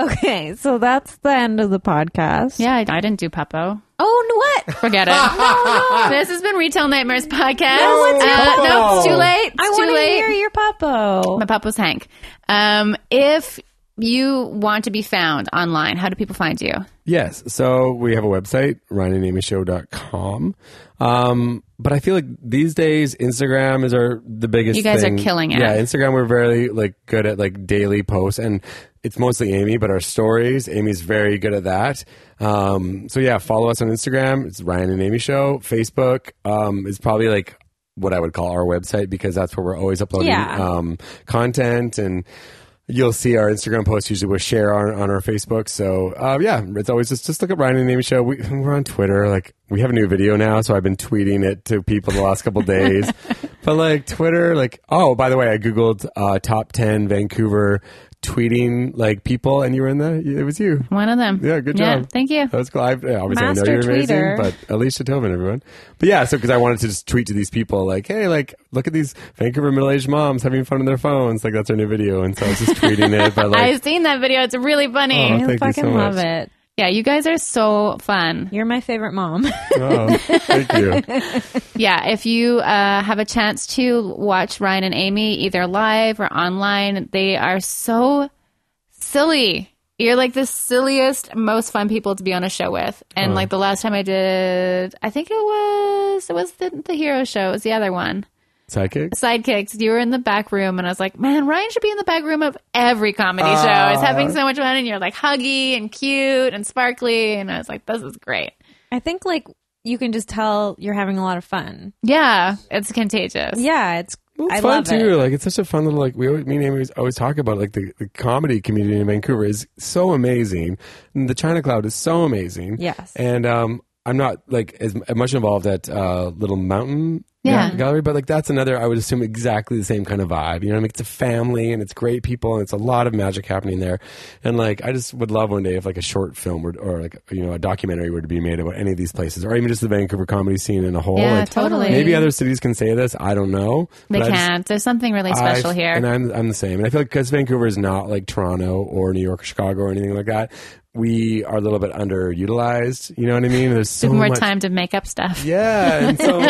B: Okay, so that's the end of the podcast.
A: Yeah, I, I didn't do Puppo.
B: Oh, no, what?
A: Forget it. This has been Retail Nightmares podcast. Uh,
C: No, it's Puppo.
A: no, it's too late. Oh, It's
B: I
A: too
B: want to
A: late.
B: hear your popo.
A: My pop was Hank. Um, if you want to be found online, how do people find you?
C: Yes. So we have a website, ryanandamyshow.com. Um, but I feel like these days Instagram is our the biggest
A: You guys are
C: thing.
A: killing it.
C: Yeah, Instagram we're very like good at like daily posts and it's mostly Amy, but our stories, Amy's very good at that. Um, so yeah, follow us on Instagram. It's Ryan and Amy Show. Facebook um, is probably like what I would call our website because that's where we're always uploading
B: Yeah.
C: um, content and you'll see our Instagram posts usually we'll share on, on our Facebook. So uh, yeah, it's always just just look at Ryan and Amy Show. We, we're on Twitter. Like we have a new video now, so I've been tweeting it to people the last couple days. But like Twitter, like oh by the way, I googled uh, top ten Vancouver tweeting like people, and you were in there. It was you.
A: One of them.
C: Yeah, good
A: Yeah,
C: job.
A: thank you.
C: That was cool. I, yeah, obviously, I know
B: Master
C: you're amazing,
B: tweeter.
C: but Alicia Tillman, everyone. But yeah, so because I wanted to just tweet to these people, like, hey, like, look at these Vancouver middle-aged moms having fun on their phones. Like, that's our new video, and so I was just tweeting it. But like,
A: I've seen that video. It's really funny.
C: Oh,
B: I
C: thank you
B: fucking
C: so
B: love
C: much.
B: it.
A: Yeah, you guys are so fun.
B: You're my favorite mom.
C: oh, thank you.
A: Yeah, if you uh, have a chance to watch Ryan and Amy either live or online, they are so silly. You're like the silliest, most fun people to be on a show with. And like the last time I did, I think it was it was the, the hero show. It was the other one,
C: Psychic.
A: sidekicks. You were in the back room, and I was like, man, Ryan should be in the back room of every comedy show. He's having so much fun, and you're like huggy and cute and sparkly, and I was like, this is great.
B: I think like you can just tell you're having a lot of fun.
A: Yeah, it's contagious.
B: Yeah, it's
C: Well, it's
B: I
C: fun
B: love
C: too.
B: it.
C: Like it's such a fun little like we always, me and Amy always- always talk about like the, the comedy community in Vancouver is so amazing. And the China Cloud is so amazing.
B: Yes.
C: And um, I'm not like as much involved at uh, Little Mountain
A: Yeah.
C: Ga- Gallery, but like that's another I would assume exactly the same kind of vibe. You know, what I mean, it's a family and it's great people and it's a lot of magic happening there. And like I just would love one day if like a short film were, or like you know a documentary were to be made about any of these places or even just the Vancouver comedy scene in a whole.
A: Yeah,
C: Like,
A: totally.
C: Maybe other cities can say this. I don't know.
A: They
C: but I just-
A: can't. There's something really
C: I-
A: special here.
C: And I'm, I'm the same. And I feel like because Vancouver is not like Toronto or New York or Chicago or anything like that, we are a little bit underutilized. You know what I mean? There's so
A: Give more
C: much.
A: time to make up stuff.
C: Yeah, and so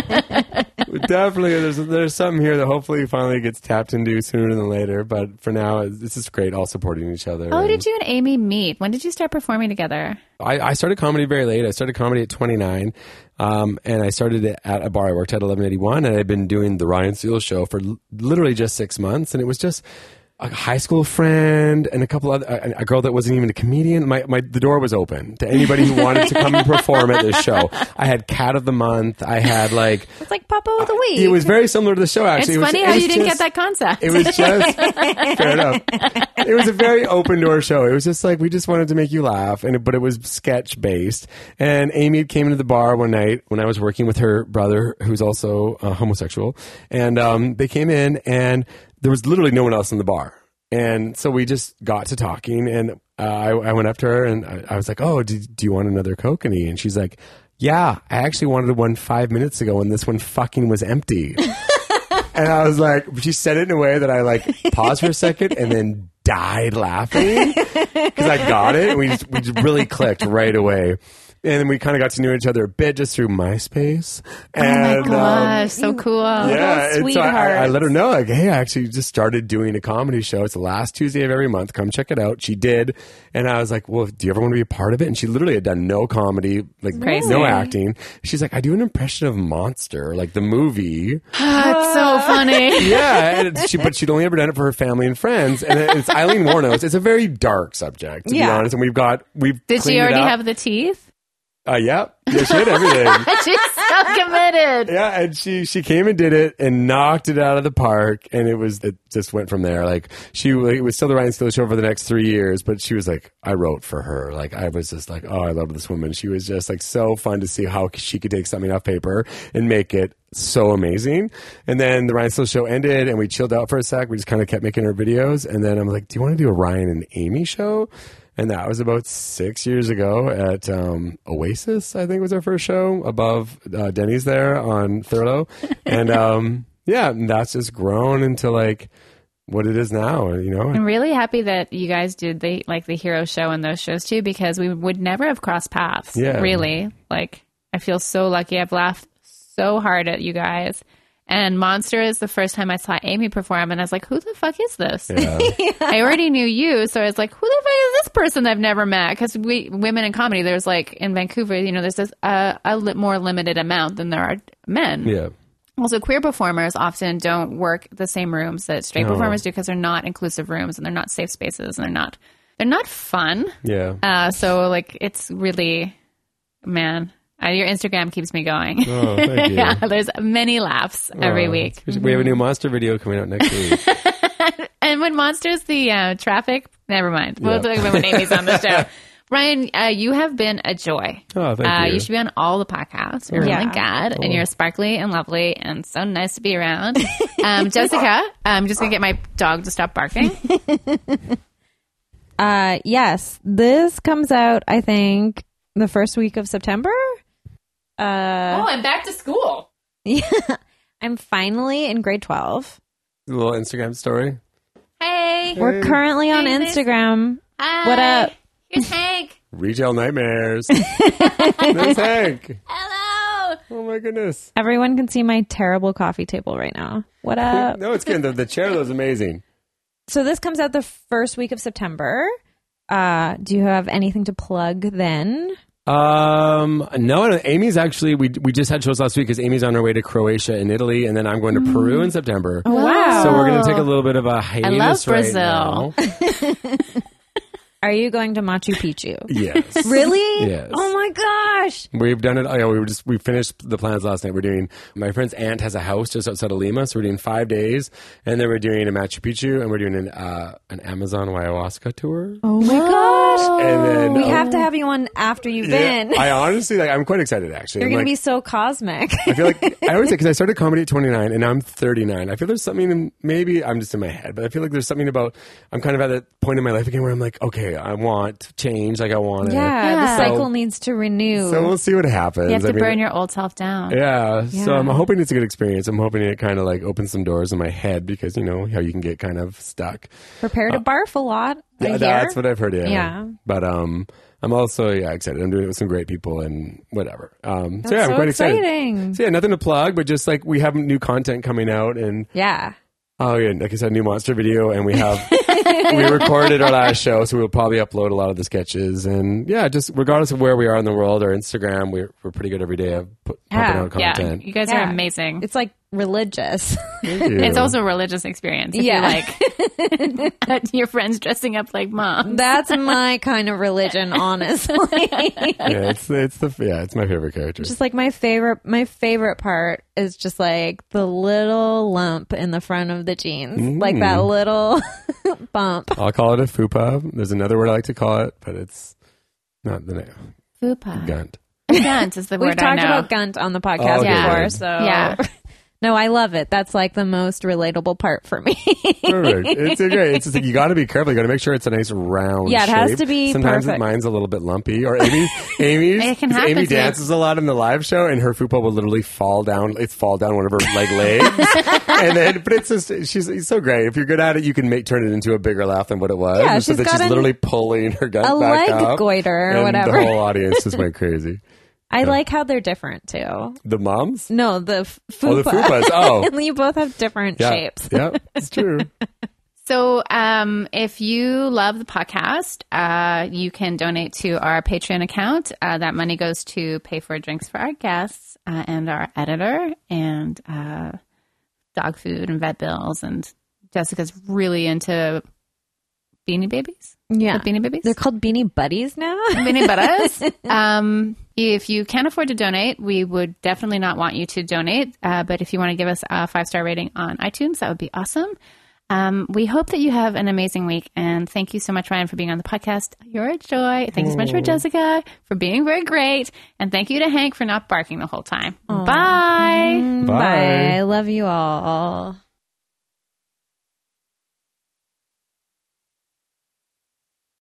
C: definitely there's there's something here that hopefully finally gets tapped into sooner than later. But for now, this is great. All supporting each other.
A: How
C: And
A: Oh, did you and Amy meet? When did you start performing together?
C: I, I started comedy very late. I started comedy at 29, um, and I started it at a bar I worked at 1181, and I'd been doing the Ryan Steele show for l- literally just six months, and it was just a high school friend and a couple other a, a girl that wasn't even a comedian. My, my the door was open to anybody who wanted to come and perform at this show. I had cat of the month. I had like
B: It's like Papa of the Week.
C: it was very similar to the show.
A: It's
C: Actually, It was-
A: funny
C: it
A: how
C: was
A: you didn't
C: just-
A: get that concept.
C: it was just fair enough. It was a very open door show. It was just like we just wanted to make you laugh, and but it was sketch based. And Amy came into the bar one night when I was working with her brother, who's also uh, homosexual, and um, they came in, and there was literally no one else in the bar. And so we just got to talking, and uh, I, I went up to her and I, I was like, "Oh, do, do you want another coke?" And and she's like, "Yeah, I actually wanted one five minutes ago, and this one fucking was empty." And I was like, she said it in a way that I like paused for a second and then died laughing because I got it. And we just, we just really clicked right away. And then we kind of got to know each other a bit just through MySpace. And, um,
A: Gosh, so cool.
C: yeah,
B: Little
C: and so I- I, I
B: sweethearts.
C: let her know, like, hey, I actually just started doing a comedy show. It's the last Tuesday of every month. Come check it out. She did, and I was like, well, do you ever want to be a part of it? And she literally had done no comedy, like
A: Crazy.
C: no acting. She's like, I do an impression of Monster, like the movie.
A: That's so funny.
C: Yeah, and it- she, but she'd only ever done it for her family and friends. And it's Eileen Warnos. It's a very dark subject, to be
B: Yeah.
C: honest. And we've got we've
A: Did
C: cleaned
A: she
C: it
A: already
C: up.
A: have the teeth?
C: Uh, yeah, yeah, she had everything.
A: She's so committed.
C: Yeah, and she she came and did it and knocked it out of the park, and it was it just went from there. Like she it was still the Ryan Steele show for the next three years, but she was like, I wrote for her. Like I was just like, oh, I love this woman. She was just like so fun to see how she could take something off paper and make it so amazing. And then the Ryan Steele show ended, and we chilled out for a sec. We just kind of kept making our videos, and then I'm like, do you want to do a Ryan and Amy show? And that was about six years ago at um, Oasis, I think was our first show above uh, Denny's there on Thurlow. And um, yeah, and that's just grown into like what it is now, you know?
A: I'm really happy that you guys did the like the hero show and those shows too, because we would never have crossed paths.
C: Yeah.
A: Really. Like I feel so lucky. I've laughed so hard at you guys. And Monster is the first time I saw Amy perform, and I was like, who the fuck is this?
C: Yeah.
A: I already knew you, so I was like, who the fuck is this person I've never met? Because we women in comedy, there's like in Vancouver, you know, there's this uh, a li- more limited amount than there are men.
C: yeah.
A: Also, queer performers often don't work the same rooms that straight
C: No.
A: performers do because they're not inclusive rooms and they're not safe spaces and they're not they're not fun.
C: Yeah.
A: Uh, so like it's really man, uh, your Instagram keeps me going.
C: Oh, thank you.
A: yeah, there's many laughs every
C: Uh,
A: week.
C: We have a new monster video coming out next week.
A: And when monsters, the uh, traffic. Never mind. We'll
C: Yeah.
A: talk about when Amy's on the show. Ryan, uh, you have been a joy.
C: Oh, thank
A: uh,
C: you.
A: should be on all the podcasts. You're
B: Yeah.
A: really good, and you're sparkly and lovely, and so nice to be around. Um, Jessica, I'm just gonna get my dog to stop barking.
B: Uh, yes, this comes out. I think the first week of September. Uh,
A: Oh, I'm back to school.
B: yeah, I'm finally in grade twelve.
C: A little Instagram story.
A: Hey,
B: We're currently on
A: Hey, Liz.
B: Instagram.
A: Hi.
B: What up?
A: Here's Hank.
C: Retail nightmares. There's Hank.
A: Hello.
C: Oh my goodness.
B: Everyone can see my terrible coffee table right now. What
A: Uh,
B: up?
C: No, it's good. The, the chair was amazing.
B: so this comes out the first week of September. Uh, do you have anything to plug then?
C: Um, no, no, Amy's actually, we, we just had shows last week because Amy's on her way to Croatia and Italy, and then I'm going to
B: Mm.
C: Peru in September.
B: wow.
C: So we're going to take a little bit of a hiatus
A: love
C: right
A: Brazil.
C: now.
B: Are you going to Machu Picchu?
C: Yes.
B: really?
C: Yes.
B: Oh my gosh.
C: We've done it. Oh, yeah, we were just we finished the plans last night. We're doing my friend's aunt has a house just outside of Lima, so we're doing five days, and then we're doing a Machu Picchu, and we're doing an uh, an Amazon ayahuasca tour.
B: Oh my gosh.
C: And then
B: We
C: uh,
B: have to have you on after you've
C: yeah,
B: been.
C: I honestly like. I'm quite excited actually.
B: You're
C: I'm
B: going
C: like,
B: to be so cosmic.
C: I feel like I always say because I started comedy at 29 and now I'm 39. I feel there's something. In, maybe I'm just in my head, but I feel like there's something about. I'm kind of at that point in my life again where I'm like, okay, I want change. Like I want. to-
B: yeah,
A: Yeah.
B: the cycle
C: So-
B: needs to renew.
C: So we'll see what happens.
A: You have to
C: I mean,
A: burn your old self down.
C: Yeah, So
B: Yeah.
C: I'm hoping it's a good experience. I'm hoping it kind of like opens some doors in my head because you know how you can get kind of stuck.
B: Prepare to barf a lot. a
C: uh, Yeah,
B: year.
C: that's what I've heard. Yeah.
B: Yeah.
C: But um, I'm also yeah excited. I'm doing it with some great people and whatever. Um, so yeah, I'm
B: so
C: quite excited.
B: exciting.
C: So yeah, nothing to plug, but just like we have new content coming out, and
B: Yeah.
C: oh yeah, like I said, new monster video, and we have we recorded our last show, so we'll probably upload a lot of the sketches, and yeah, just regardless of where we are in the world, our Instagram, we're, we're pretty good every day of put,
B: Yeah.
C: pumping
A: Yeah,
C: out content.
A: you guys
B: Yeah.
A: are amazing.
B: It's like religious.
C: Thank you.
A: It's also a religious experience. If
B: Yeah.
A: You like your friends dressing up like mom.
B: that's my kind of religion, honestly.
C: yeah, it's it's the yeah, it's my favorite character.
B: just like my favorite my favorite part is just like the little lump in the front of the jeans. Like that
C: Mm.
B: little bump.
C: I'll call it a fupa. There's another word I like to call it, but it's not the name.
A: Fupa.
C: Gunt.
A: Gunt is the
B: We've
A: word I
B: talked
A: know.
B: about Gunt on the podcast
C: Oh,
A: okay.
B: before, so
A: Yeah.
B: No, I love it. That's like the most relatable part for me.
C: Perfect. It's a great. It's just like you got to be careful. You got to make sure it's a nice round.
B: Yeah, it has
C: shape.
B: to be
C: Sometimes
B: perfect.
C: mine's a little bit lumpy. Or Amy, Amy's.
A: It can
C: because
A: happen
C: Amy
A: to me.
C: dances a lot in the live show, and her fupa will literally fall down. It's fall down one of her like legs, and then but it's just she's it's so great. If you're good at it, you can make turn it into a bigger laugh than what it was.
B: Yeah,
C: It's just
B: she's
C: that
B: got
C: she's
B: an-
C: literally pulling her gut
B: a
C: back
B: leg
C: up,
B: goiter or
C: and
B: whatever.
C: The whole audience just went crazy.
B: I like how they're different too.
C: The moms.
B: No, the f- fupa.
C: Oh, the fupas. Oh.
B: you both have different
C: Yeah.
B: shapes.
C: Yeah, it's true.
A: So, um, if you love the podcast, uh, you can donate to our Patreon account. Uh, that money goes to pay for drinks for our guests uh, and our editor and uh, dog food and vet bills. And Jessica's really into beanie babies.
B: Yeah.
A: The beanie babies.
B: They're called Beanie Buddies now.
A: Beanie Butters. um, if you can afford to donate, we would definitely not want you to donate. Uh, but if you want to give us a five star rating on iTunes, that would be awesome. Um, we hope that you have an amazing week. And thank you so much, Ryan, for being on the podcast. You're a joy. Thank you so much for Jessica for being very great. And thank you to Hank for not barking the whole time. Bye.
B: Bye. I love you all.